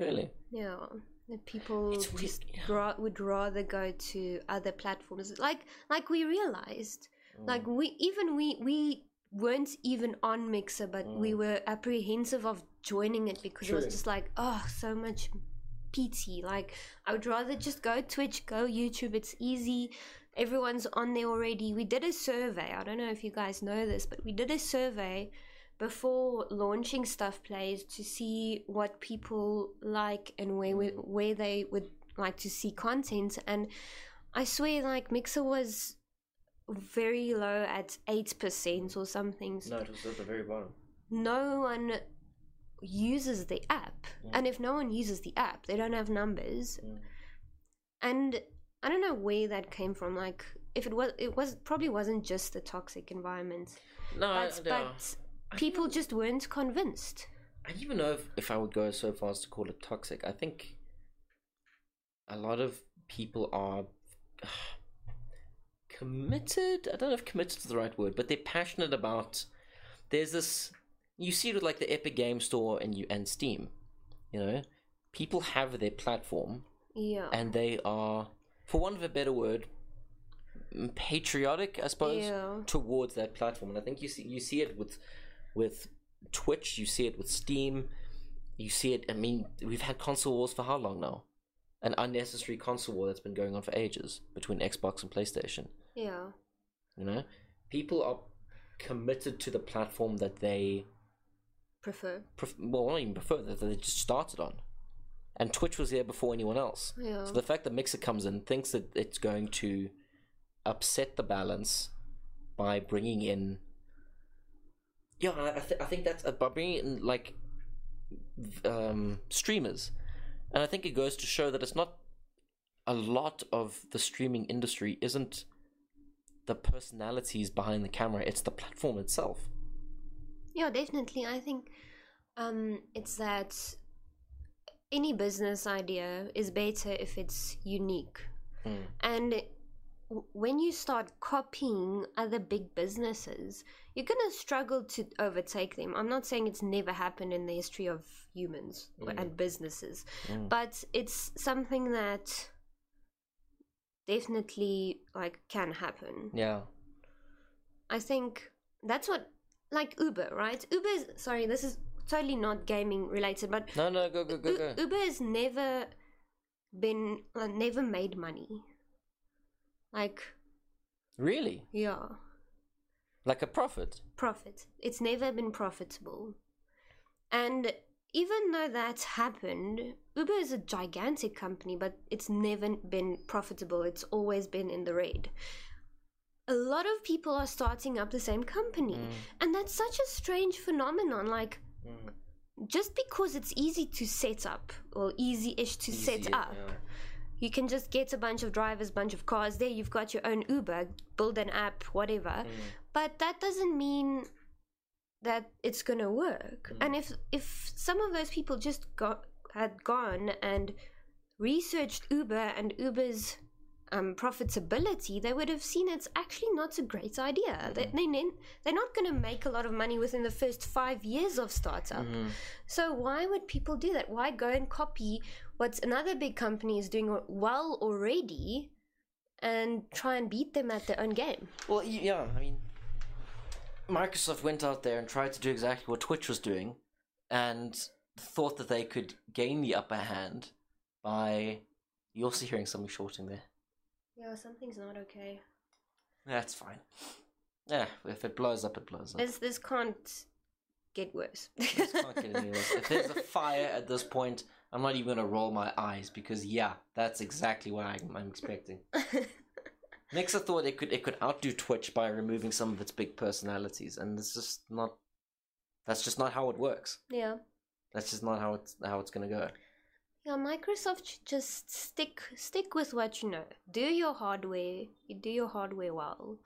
A: Really?
B: Yeah. The people
A: It's weird,
B: just
A: yeah.
B: ra- would rather go to other platforms. Like like we realized.
A: Mm.
B: Like we even we we weren't even on Mixer, but we were apprehensive of joining it because it was
A: Mm. True.
B: just like, oh, so much PT. Like I would rather just go Twitch, go YouTube. It's easy. Everyone's on there already. We did a survey. I don't know if you guys know this, but we did a survey before launching stuff plays to see what people like and where we, where they would like to see content and i swear like mixer was very low at 8% or something so
A: it was at the very bottom.
B: no one uses the app and if no one uses the app they don't have numbers and i don't know where that came from like if it was it was probably wasn't just the toxic environment
A: No, I-
B: but,
A: I,
B: but people just weren't convinced
A: I don't even know if, if I would go so far as to call it toxic. I think a lot of people are committed. I don't know if committed is the right word, but they're passionate about. There's this. You see it with like the Epic Game Store and you and Steam. You know, people have their platform
B: yeah
A: and they are, for want of a better word, m- patriotic, I suppose,
B: Yeah.
A: towards that platform. And I think you see you see it with with Twitch, you see it with Steam, you see it. I mean, we've had console wars for how long now? An unnecessary console war that's been going on for ages between Xbox and PlayStation.
B: yeah
A: You know, people are committed to the platform that they
B: prefer
A: pref- well, not even prefer that they just started on. And Twitch was there before anyone else.
B: Yeah.
A: So the fact that Mixer comes in thinks that it's going to upset the balance by bringing in. Yeah, I, I, th- I think that's uh, by bringing in like v- um, streamers, and I think it goes to show that it's not a lot of the streaming industry isn't the personalities behind the camera; it's the platform itself.
B: Yeah, definitely. I think um, it's that any business idea is better if it's unique. And w- when you start copying other big businesses, you're going to struggle to overtake them. I'm not saying it's never happened in the history of humans or and businesses, but it's something that definitely like can happen.
A: Yeah.
B: I think that's what like Uber, right? Uber is sorry, this is totally not gaming related, but
A: No, no, go, go, go,
B: U-
A: go.
B: Uber has never been uh, never made money. Like
A: Really?
B: yeah,
A: Like a profit?
B: profit. It's never been profitable. And even though that's happened, Uber is a gigantic company, but it's never been profitable. It's always been in the red. A lot of people are starting up the same company, and that's such a strange phenomenon. Like, just because it's easy to set up or easy ish to set up, you can just get a bunch of drivers, bunch of cars. There, you've got your own Uber, build an app, whatever. But that doesn't mean that it's gonna work. And if if some of those people just got had gone and researched Uber and Uber's um, profitability, they would have seen it's actually not a great idea. They, they, nin- they're not going to make a lot of money within the first five years of startup. So why would people do that? Why go and copy what another big company is doing al- well already and try and beat them at their own game?
A: Well, y- yeah, I mean, Microsoft went out there and tried to do exactly what Twitch was doing, and thought that they could gain the upper hand by. You're also hearing something shorting there.
B: Yeah, something's not okay.
A: That's fine. Yeah, if it blows up, it blows up.
B: This this can't get worse.
A: This can't get any worse. if there's a fire at this point, I'm not even gonna roll my eyes because yeah, that's exactly what I'm, I'm expecting. Nexa thought it could it could outdo Twitch by removing some of its big personalities, and it's just not. That's just not how it works.
B: yeah.
A: That's just not how it's how it's gonna go.
B: Yeah, Microsoft should just stick stick with what you know. Do your hardware, you do your hardware well.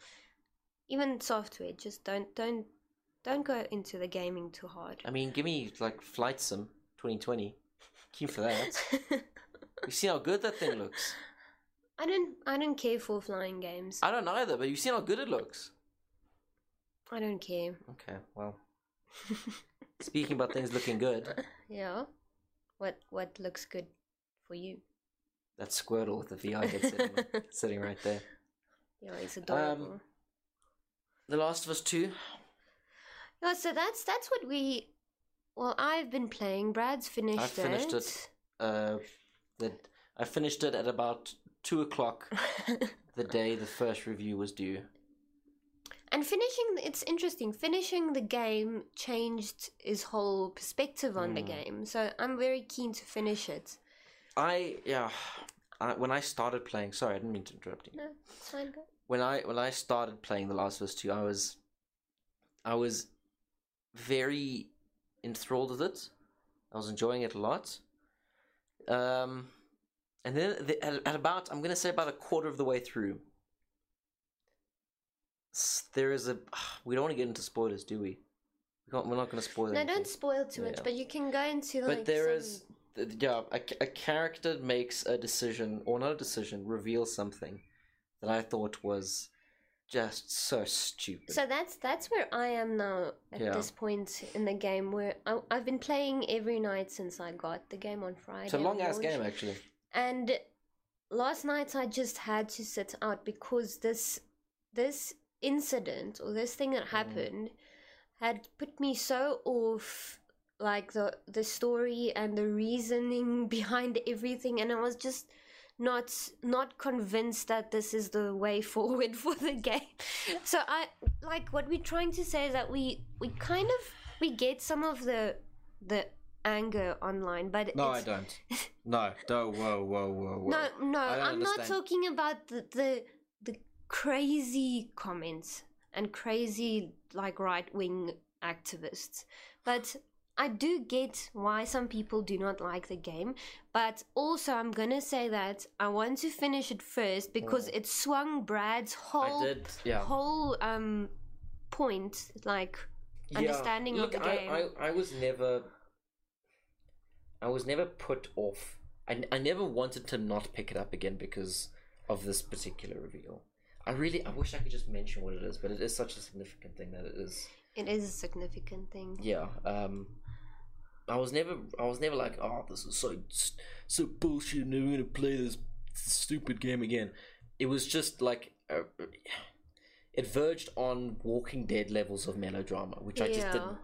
B: Even software, just don't don't don't go into the gaming too hard.
A: I mean, give me like Flight Sim 2020. Keen for that. You've seen how good that thing looks.
B: I don't I don't care for flying games.
A: I don't either, but you've seen how good it looks.
B: I don't care.
A: Okay, well. Speaking about things looking good,
B: Yeah. What what looks good for you?
A: that Squirtle with the VR headset on, sitting right there.
B: Yeah, it's adorable.
A: Um, The Last of Us 2.
B: yeah, so that's that's what we well, I've been playing. Brad's finished
A: I finished
B: it.
A: it. Uh, the, I finished it at about 2 o'clock the day the first review was due.
B: And finishing, it's interesting. Finishing the game changed his whole perspective on the
A: Hmm.
B: game. So I'm very keen to finish it.
A: I, yeah. I, when I started playing, sorry, I didn't mean to interrupt you.
B: No, it's fine. go.
A: when I when I started playing The Last of Us Two, I was I was very enthralled with it. I was enjoying it a lot. Um, and then the, at, at about I'm gonna say about a quarter of the way through, s- there is a we don't want to get into spoilers, do we? We can't, we're not gonna spoil.
B: No,
A: anything
B: don't spoil too much.
A: Yeah.
B: But you can go into like.
A: but there
B: some-
A: is th yeah a, ca- a character makes a decision or not a decision reveals something that i thought was just so stupid
B: So that's that's where I am now at
A: Yeah.
B: this point in the game. Where I, I've been playing every night since I got the game on Friday.
A: it's a long ass
B: launch.
A: game actually
B: And last night I just had to sit out because this this incident or this thing that happened had put me so off like the the story and the reasoning behind everything and I was just not not convinced that this is the way forward for the game. So I like what we're trying to say is that we we kind of we get some of the the anger online but it's,
A: don't no don't whoa whoa whoa whoa
B: no, no,
A: I don't
B: I'm not
A: understand.
B: talking about the, the the crazy comments and crazy like right wing activists. But I do get why some people do not like the game, but also I'm gonna say that I want to finish it first because it swung Brad's whole
A: Mm. did, yeah.
B: whole um point like understanding of
A: Look,
B: the game.
A: I, I, I was never I was never put off. I, I never wanted to not pick it up again because of this particular reveal. I really I wish I could just mention what it is, but it is such a significant thing that it is.
B: It is a significant thing.
A: Yeah. Um I was never I was never like, oh, this is so so bullshit. I'm never gonna play this stupid game again. It was just like uh, it verged on Walking Dead levels of melodrama, which I just didn't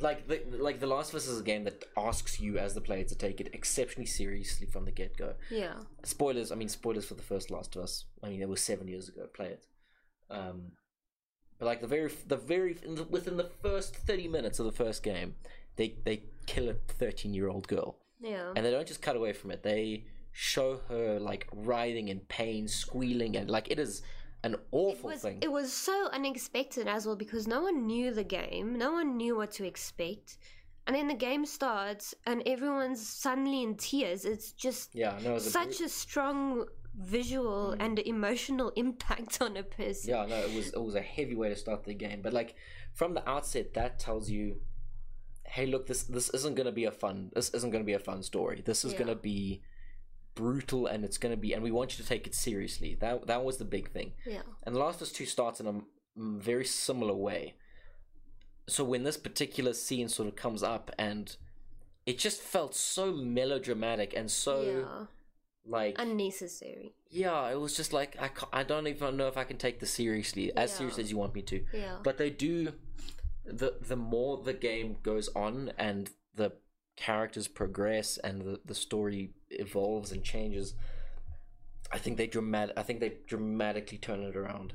A: like the like the Last of Us is a game that asks you as the player to take it exceptionally seriously from the get go.
B: yeah.
A: Spoilers, I mean spoilers for the first Last of Us. I mean it was seven years ago. Play it. Um, but like the very the very in the, within the first thirty minutes of the first game, they they kill a thirteen year old girl,
B: Yeah.
A: and they don't just cut away from it. They show her like writhing in pain, squealing, and like it is an awful
B: was-
A: thing.
B: It was so unexpected as well because no one knew the game, no one knew what to expect. And then the game starts and everyone's suddenly in tears. It's just
A: yeah, no, it was a Mm. bru-
B: such a strong visual and emotional impact on a person.
A: Yeah, no, it was it was a heavy way to start the game, but like from the outset, that tells you, hey, look, this this isn't gonna be a fun. This isn't gonna be a fun story. This is
B: Yeah.
A: gonna be brutal and it's going to be and we want you to take it seriously that that was the big thing
B: Yeah.
A: and the last of us two starts in a m- m- very similar way so when this particular scene sort of comes up and it just felt so melodramatic and so
B: yeah.
A: like
B: Unnecessary.
A: yeah it was just like I, ca- I don't even know if i can take this seriously as
B: Yeah.
A: seriously as you want me to
B: Yeah.
A: but they do the the more the game goes on and the characters progress and the, the story evolves and changes i think they dramatic i think they dramatically turn it around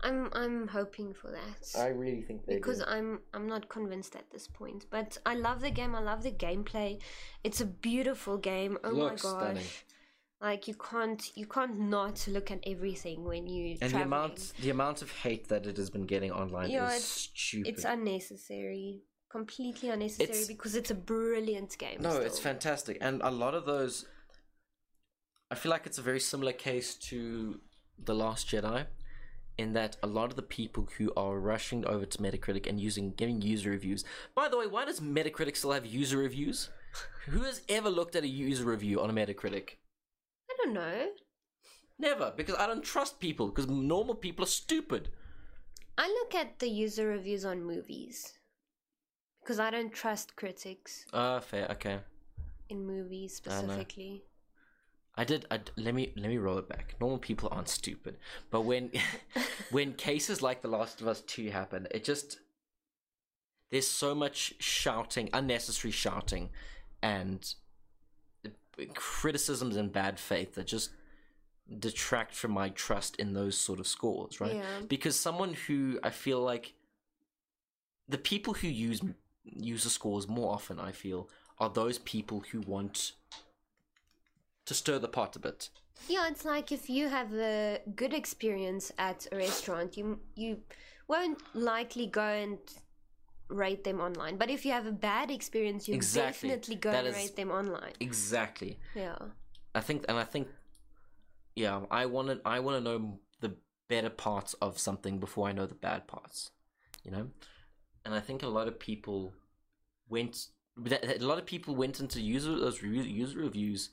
B: I'm I'm hoping for that.
A: i really think they
B: because
A: do.
B: I'm I'm not convinced at this point. But I love the game. I love the gameplay. It's a beautiful game. Oh
A: Looks
B: my gosh!
A: stunning.
B: Like you can't you can't not look at everything when you
A: and the
B: traveling.
A: amount the amount of hate that it has been getting online
B: Yeah,
A: is
B: it's-
A: stupid
B: It's unnecessary, completely unnecessary
A: It's-
B: because it's a brilliant game.
A: No, it's
B: still.
A: fantastic. And a lot of those I feel like it's a very similar case to The Last Jedi in that a lot of the people who are rushing over to Metacritic and using giving user reviews. By the way, why does Metacritic still have user reviews? Who has ever looked at a user review on a Metacritic?
B: I don't know.
A: Never, because I don't trust people because normal people are stupid.
B: I look at the user reviews on movies because I don't trust critics
A: Ah, fair. Okay.
B: in movies
A: I know.
B: specifically.
A: I did. I d let me let me roll it back. Normal people aren't stupid, but when when cases like The Last of Us Two happen, it just there's so much shouting, unnecessary shouting, and criticisms in bad faith that just detract from my trust in those sort of scores, right?
B: Yeah.
A: Because someone who I feel like the people who use user scores more often, I feel, are those people who want to stir the pot a bit.
B: Yeah, it's like if you have a good experience at a restaurant, you you won't likely go and rate them online. But if you have a bad experience, you
A: Exactly.
B: definitely go
A: That
B: and
A: is-
B: rate them online.
A: Exactly.
B: Yeah,
A: I think, and I think, yeah, I want to, I want to know the better parts of something before I know the bad parts, you know. And I think a lot of people went, that, that a lot of people went into user those re- user reviews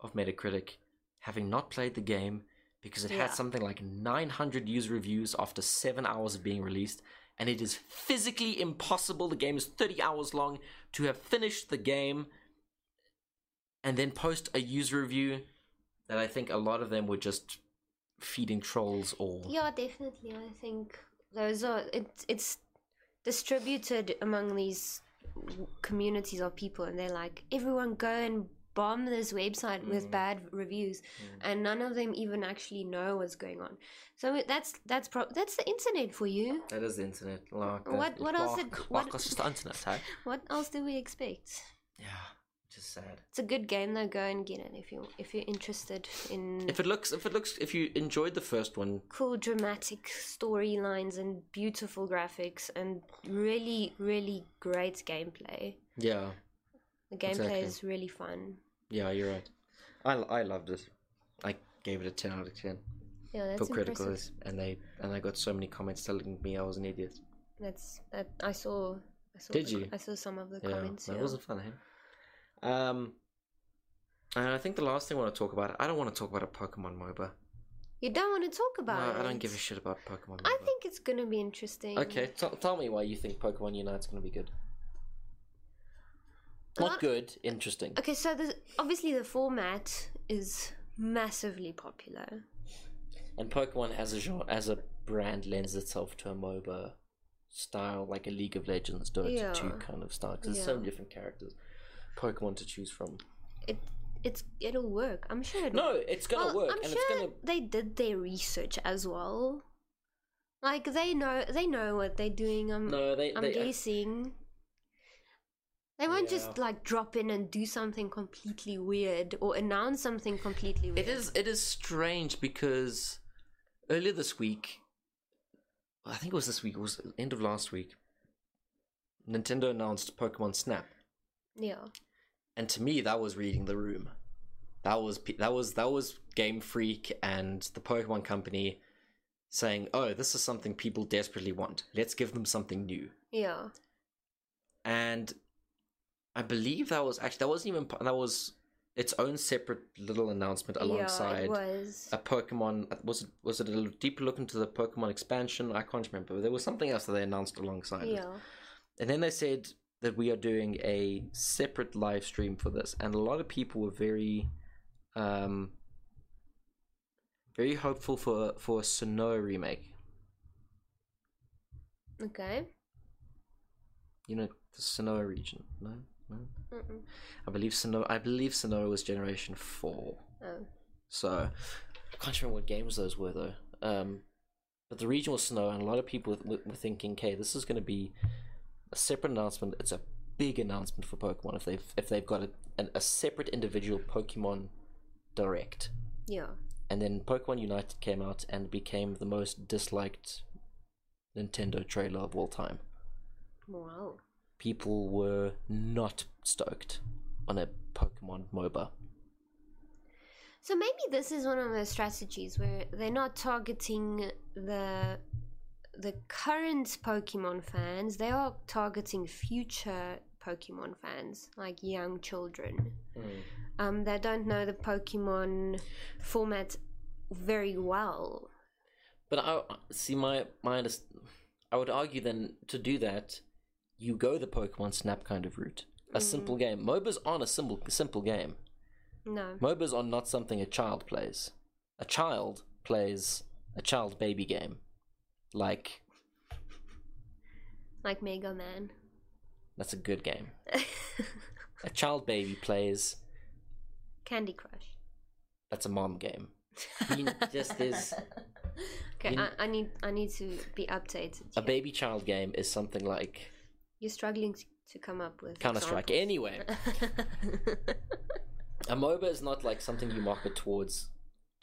A: of Metacritic, having not played the game because it
B: Yeah.
A: had something like 900 user reviews after seven hours of being released. And it is physically impossible. The game is 30 hours long to have finished the game and then post a user review that I think a lot of them were just feeding trolls or
B: yeah, definitely. I think those are it's it's distributed among these w- communities of people, and they're like everyone go and bomb this website with bad reviews, and none of them even actually know what's going on. So it- that's that's pro- that's the internet for you.
A: that is the internet. Like,
B: What- what else did- what-
A: it's just the internet, hey?
B: What else do we expect?
A: Yeah, which is sad.
B: It's a good game though. Go and get it if you if you're interested in
A: If it looks, if it looks, if you enjoyed the first one,
B: cool dramatic storylines and beautiful graphics and really really great gameplay.
A: yeah,
B: The gameplay
A: Exactly.
B: is really fun.
A: yeah, you're right. I, I loved it. I gave it a ten out of ten
B: Yeah, that's
A: for critical,
B: impressive.
A: and they and I got so many comments telling me I was an idiot.
B: That's that I saw. I saw
A: Did
B: the co-
A: you?
B: I saw some of the
A: Yeah,
B: comments.
A: that
B: yeah.
A: wasn't fun, eh? Um, and I think the last thing I want to talk about, I don't want to talk about a Pokemon MOBA.
B: You don't want to talk about.
A: No, I don't
B: it.
A: give a shit about Pokemon.
B: I
A: MOBA.
B: think it's gonna be interesting.
A: Okay, t- tell me why you think Pokemon Unite's going to be good.
B: A
A: Not
B: lot-
A: good, interesting.
B: Okay, so the obviously the format is massively popular.
A: And Pokemon as a genre, as a brand, lends itself to a MOBA style, like a League of Legends, Dota
B: Yeah.
A: 2 kind of style. 'cause there's so
B: Yeah.
A: many different characters, Pokemon to choose from.
B: It it's it'll work. I'm sure it'll
A: No, it's going to
B: Well,
A: work,
B: I'm
A: and
B: sure
A: it's going to.
B: they did their research as well. Like they know they know what they're doing. I'm
A: No, they.
B: I'm
A: they I-
B: guessing. They won't just
A: Yeah.
B: like drop in and do something completely weird or announce something completely weird.
A: It is it is strange because earlier this week, I think it was this week, it was end of last week. Nintendo announced Pokemon Snap,
B: Yeah.
A: and to me that was reading the room. That was pe- that was that was Game Freak and the Pokemon Company saying, "Oh, this is something people desperately want. Let's give them something new."
B: Yeah.
A: and I believe that was actually that wasn't even p- that was its own separate little announcement
B: yeah,
A: alongside
B: it was.
A: a Pokemon. Was it was it a little deeper look into the Pokemon expansion? I can't remember. But there was something else that they announced alongside it.
B: yeah,
A: And then they said that we are doing a separate live stream for this, and a lot of people were very, um, very hopeful for for a Sonoa remake.
B: okay.
A: You know the Sonoa region, no, no.
B: Mm-mm.
A: I believe Sonoa. I believe Sonoa was Generation Four.
B: Oh,
A: So I can't remember what games those were though. Um, but the region was Snow, and a lot of people were, were thinking, "Okay, this is going to be a separate announcement. It's a big announcement for Pokemon if they've if they've got a, an, a separate individual Pokemon Direct."
B: yeah.
A: And then Pokemon United came out and became the most disliked Nintendo trailer of all time.
B: Wow.
A: People were not stoked on a Pokemon MOBA.
B: So maybe this is one of those strategies where they're not targeting the the current Pokemon fans. They are targeting future Pokemon fans, like young children.
A: Hmm.
B: Um, they don't know the Pokemon format very well.
A: But I see my my underst- I would argue then to do that, you go the Pokemon Snap kind of route. A simple game. MOBAs aren't a simple simple game.
B: No.
A: MOBAs are not something a child plays. A child plays a child baby game, like
B: Like Mega Man.
A: that's a good game. a child baby plays
B: Candy Crush.
A: that's a mom game. You just there's
B: Okay,
A: You-
B: I, I need I need to be updated.
A: a
B: here.
A: baby child game is something like
B: You're struggling to, to come up with
A: Counter Strike.
B: examples.
A: Anyway. A MOBA is not like something you market towards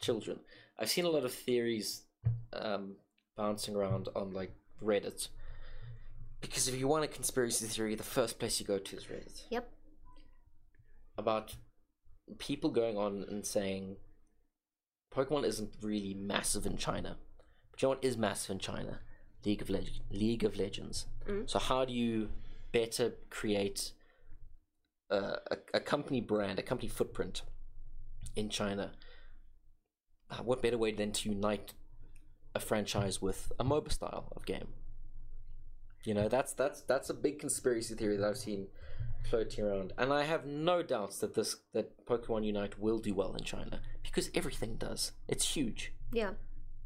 A: children. I've seen a lot of theories um, bouncing around on like Reddit. Because if you want a conspiracy theory, the first place you go to is Reddit.
B: yep.
A: About people going on and saying Pokemon isn't really massive in China. But you know what is massive in China? League of Leg- League of Legends. So how do you better create uh, a, a company brand, a company footprint in China? Uh, What better way than to unite a franchise with a MOBA style of game? You know, that's that's that's a big conspiracy theory that I've seen floating around, and I have no doubts that this that Pokemon Unite will do well in China because everything does. It's huge,
B: Yeah.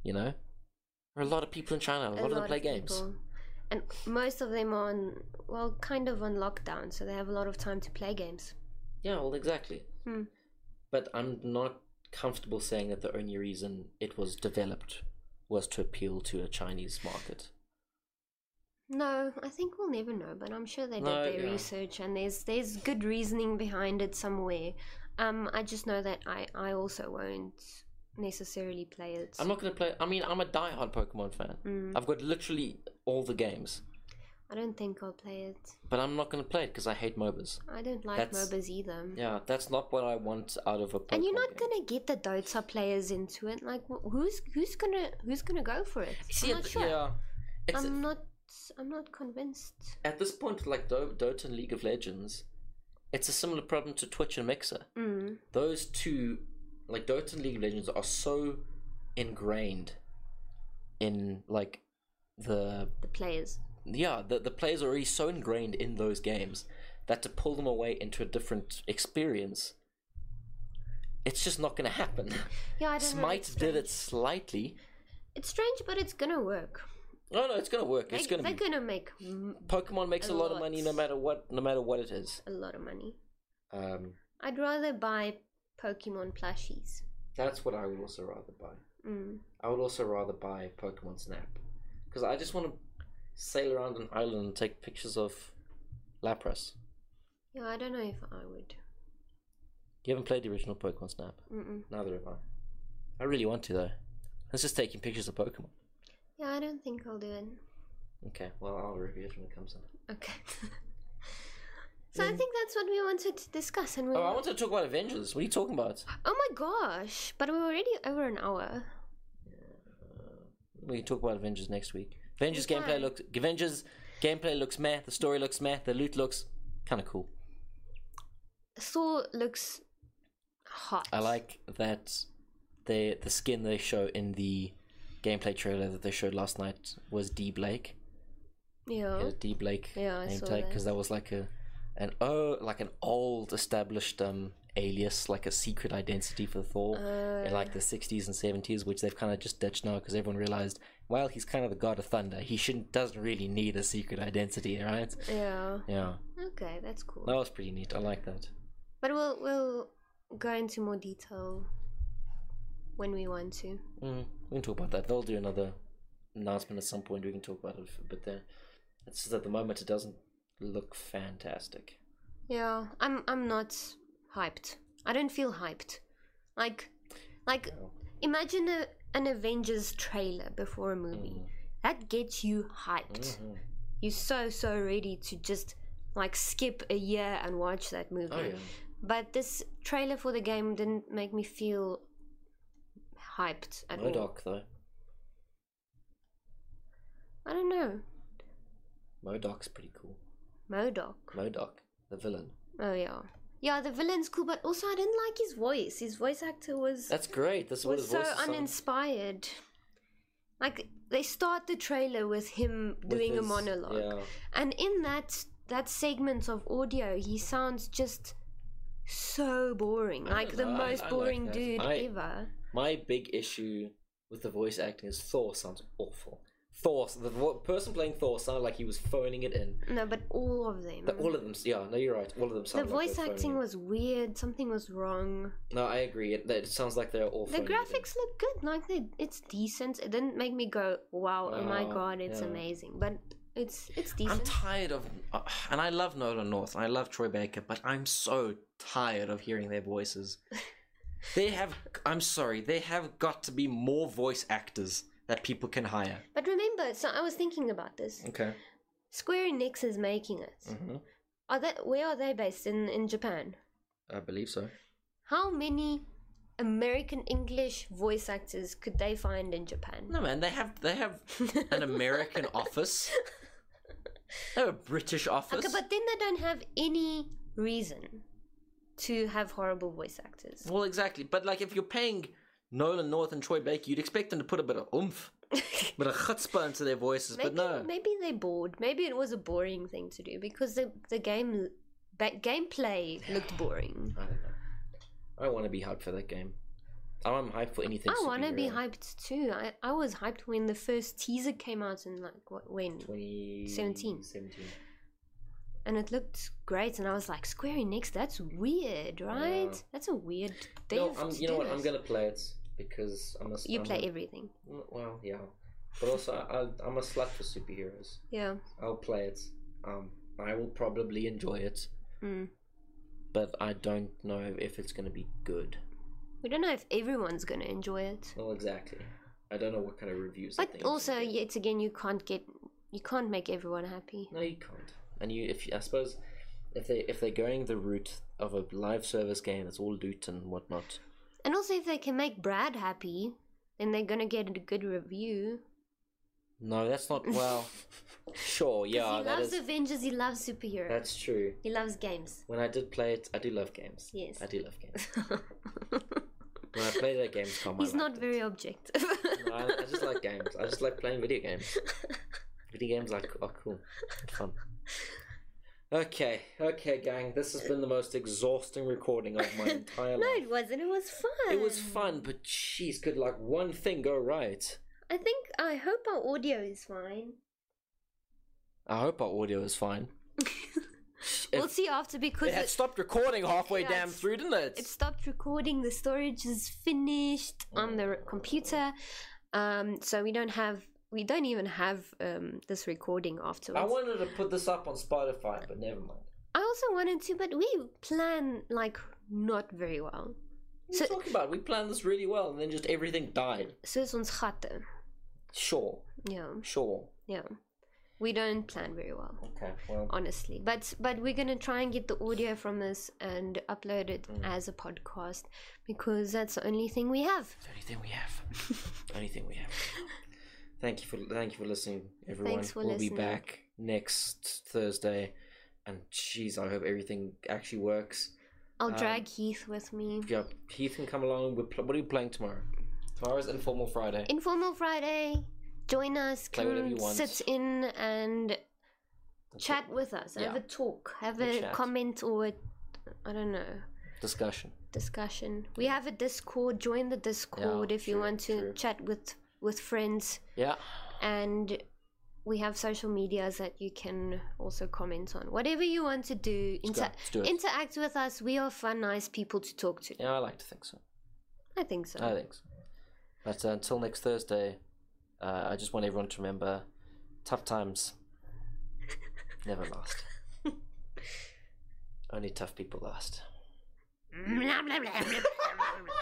A: you know. There are a lot of people in China. A lot, of them play games.
B: people. And most of them are on, well, kind of on lockdown, so they have a lot of time to play games.
A: Yeah, well, exactly.
B: Hmm.
A: But I'm not comfortable saying that the only reason it was developed was to appeal to a Chinese market.
B: No, I think we'll never know, but I'm sure they did
A: No,
B: their
A: yeah.
B: research and there's there's good reasoning behind it somewhere. Um, I just know that I, I also won't necessarily play it.
A: I'm not going to play. I mean, I'm a diehard Pokemon fan. I've got literally all the games,
B: I don't think I'll play it.
A: but I'm not going to play it because I hate MOBAs.
B: I don't like
A: That's-
B: MOBAs either.
A: Yeah, that's not what I want out of a. Pokemon
B: And you're not
A: game.
B: gonna get the Dota players into it. Like, wh- who's who's gonna who's gonna go for it?
A: See,
B: I'm
A: at
B: not
A: the-
B: sure.
A: Yeah, it's
B: I'm not. I'm not convinced.
A: at this point like Do- Dota and League of Legends. It's a similar problem to Twitch and Mixer. Hmm,
B: Mm.
A: those two, like Dota and League of Legends, are so ingrained in like the
B: The players.
A: yeah the the players are already so ingrained in those games that to pull them away into a different experience, it's just not going to happen.
B: Yeah, I don't know.
A: Smite
B: it's
A: did
B: strange.
A: it slightly.
B: It's strange, but it's gonna work.
A: No, no, it's going to work.
B: They,
A: it's going to
B: they're
A: be.
B: gonna make m-
A: Pokemon makes
B: a
A: a lot of
B: lot.
A: money no matter what, no matter what it is.
B: a lot of money.
A: Um,
B: I'd rather buy Pokemon plushies.
A: that's what I would also rather buy.
B: Mm.
A: I would also rather buy Pokemon Snap because I just want to sail around an island and take pictures of Lapras.
B: Yeah, I don't know if I would.
A: You haven't played the original Pokemon Snap,
B: Mm-mm.
A: neither have I. I really want to though. That's just taking pictures of Pokemon.
B: Yeah, I don't think I'll do it.
A: Okay, well I'll review it when it comes out.
B: Okay. so I think that's what we wanted to discuss, and we.
A: Mm. Oh, I
B: were-
A: wanted to talk about Avengers. What are you talking about?
B: Oh my gosh! But we're already over an hour.
A: We can talk about Avengers next week. Avengers
B: We
A: gameplay
B: can.
A: looks Avengers gameplay looks meh. The story looks meh. The loot looks kind of cool.
B: Thor looks hot.
A: I like that the the skin they show in the gameplay trailer that they showed last night was D Blake.
B: Yeah.
A: It was D Blake
B: Oh. Yeah, I
A: name
B: saw
A: tag because
B: that.
A: that was like a an oh like an old established um alias like a secret identity for Thor
B: Oh.
A: in like the 60s and 70s which they've kind of just ditched now because everyone realized well he's kind of the god of thunder he shouldn't doesn't really need a secret identity right
B: Yeah.
A: yeah
B: Okay, that's cool.
A: that was pretty neat I like that
B: But we'll we'll go into more detail when we want to.
A: Mm, we can talk about that. They'll do another announcement at some point. We can talk about it a bit there. It's just at the moment it doesn't look fantastic.
B: Yeah, I'm I'm not hyped. I don't feel hyped. Like like
A: No.
B: imagine a, an Avengers trailer before a movie.
A: Mm-hmm.
B: That gets you hyped.
A: Mhm.
B: You're so so ready to just like skip a year and watch that movie.
A: Oh yeah.
B: But this trailer for the game didn't make me feel hyped at all.
A: Modoc though.
B: I don't know.
A: Modoc's pretty cool.
B: Modoc.
A: Modoc, the villain.
B: Oh yeah, yeah. The villain's cool, but also I didn't like his voice. His voice actor was
A: That's great. That's what
B: was
A: his
B: so
A: voice is on.
B: uninspired. Like they start the trailer with him
A: with
B: doing a
A: his-
B: monologue,
A: Yeah.
B: and in that that segment of audio, he sounds just so boring.
A: I
B: Like
A: don't
B: the
A: know, I-
B: most
A: I like
B: boring
A: that.
B: dude
A: I-
B: ever.
A: My big issue with the voice acting is Thor sounds awful. Thor, the vo- person playing Thor sounded like he was phoning it in.
B: No, but all of them.
A: But all of them, yeah, no, you're right. All of them
B: the
A: sound like
B: voice
A: they're phoning
B: acting
A: it.
B: was weird. Something was wrong.
A: No, I agree. It, it sounds like they're all.
B: The
A: phoning it in.
B: graphics look good. Like they, it's decent. It didn't make me go, "Wow, oh my
A: Wow,
B: god, it's
A: yeah.
B: amazing." But it's it's
A: I'm
B: decent.
A: tired of, uh, and I love Nolan North and I love Troy Baker, but I'm so tired of hearing their voices. they have, I'm sorry, they have got to be more voice actors that people can hire.
B: but remember, so I was thinking about this.
A: Okay.
B: Square Enix is making it.
A: Mm-hmm.
B: Are they? Where are they based? In in Japan.
A: I believe so.
B: How many American English voice actors could they find in Japan?
A: No man, they have they have an American office. They have a British office.
B: Okay, but then they don't have any reason to have horrible voice actors.
A: Well, exactly. But like, if you're paying Nolan North and Troy Baker, you'd expect them to put a bit of oomph, a bit of chutzpah into their voices.
B: Maybe,
A: but no.
B: maybe they're bored. Maybe it was a boring thing to do because the the game ba- gameplay looked boring.
A: I don't know. I want to be hyped for that game. I'm hyped for anything.
B: I want to be
A: superhero.
B: hyped too. I, I was hyped when the first teaser came out and like what, when
A: 20...
B: 17.
A: 17.
B: and it looked great and I was like Square Enix, that's weird, right?
A: Yeah.
B: That's a weird thing.
A: No, I'm,
B: to
A: you know
B: do
A: what? I'm
B: this.
A: gonna play it because I'm a.
B: You
A: I'm
B: play
A: a-
B: everything.
A: Well, yeah, but also I, I, I'm a slut for superheroes.
B: Yeah.
A: I'll play it. Um, I will probably enjoy it,
B: Mm.
A: but I don't know if it's gonna be good.
B: We don't know if everyone's gonna enjoy it.
A: Well, exactly. I don't know what kind of reviews. I
B: But
A: think it's
B: also,
A: gonna get.
B: yet again, you can't get, you can't make everyone happy.
A: No, you can't. And you, if you, I suppose, if they if they're going the route of a live service game that's all loot and whatnot,
B: And also, if they can make Brad happy, then they're gonna get a good review.
A: no, that's not. Well, sure,
B: 'Cause
A: yeah,
B: he
A: that
B: loves
A: is.
B: Avengers. He loves superheroes.
A: That's true.
B: He loves games.
A: When I did play it, I do love games.
B: Yes.
A: I do love games. When I played at Gamescom, I
B: He's not
A: liked it.
B: very objective.
A: No, I, I just like games. I just like playing video games. Video games are, are cool, fun. Okay, okay, gang. This has been the most exhausting recording of my entire
B: no,
A: life.
B: it wasn't. It was fun.
A: It was fun, but jeez, could like one thing go right?
B: I think. I hope our audio is fine.
A: I hope our audio is fine.
B: We'll
A: It-
B: see after because
A: It had
B: it,
A: stopped recording halfway
B: Yeah,
A: damn
B: it's-
A: through, didn't it?
B: it stopped recording. The storage is finished on the r- computer, um, so we don't have. We don't even have um, this recording afterwards.
A: I wanted to put this up on Spotify, but never mind.
B: I also wanted to, but we plan like not very
A: What
B: well.
A: are you
B: So-
A: talking about? We planned this really well, and then just everything died.
B: Soos ons gatte.
A: Sure,
B: Yeah,
A: sure.
B: yeah. We don't plan very well,
A: Okay, well,
B: honestly. But but we're gonna try and get the audio from this and upload it
A: Mm.
B: as a podcast because that's the only thing we have.
A: it's the only thing we have. only thing we have. Thank you for thank you for listening, everyone.
B: Thanks for
A: we'll be
B: listening.
A: back next Thursday, and jeez, I hope everything actually works.
B: I'll
A: Um,
B: drag Heath with me.
A: Yeah, Heath can come along. We're pl- what are we playing tomorrow? Tomorrow's Informal Friday.
B: Informal Friday. Join us.
A: Play whatever you
B: Come
A: want.
B: sit in and chat with us. Have
A: Yeah.
B: a talk. Have
A: We'll
B: a
A: chat.
B: comment or a, I don't know
A: Discussion.
B: discussion. We have a Discord. Join the Discord if you
A: true,
B: want to
A: true.
B: chat with with friends.
A: Yeah.
B: And we have social medias that you can also comment on. Whatever you want to do,
A: Let's go.
B: inter-
A: Let's do it.
B: interact with us. We are fun, nice people to talk to.
A: yeah, I like to think so.
B: I think so.
A: I think so. But uh, until next Thursday, uh, I just want everyone to remember tough times never last. Only tough people last.
B: Blah, blah, blah, blah, blah, blah, blah.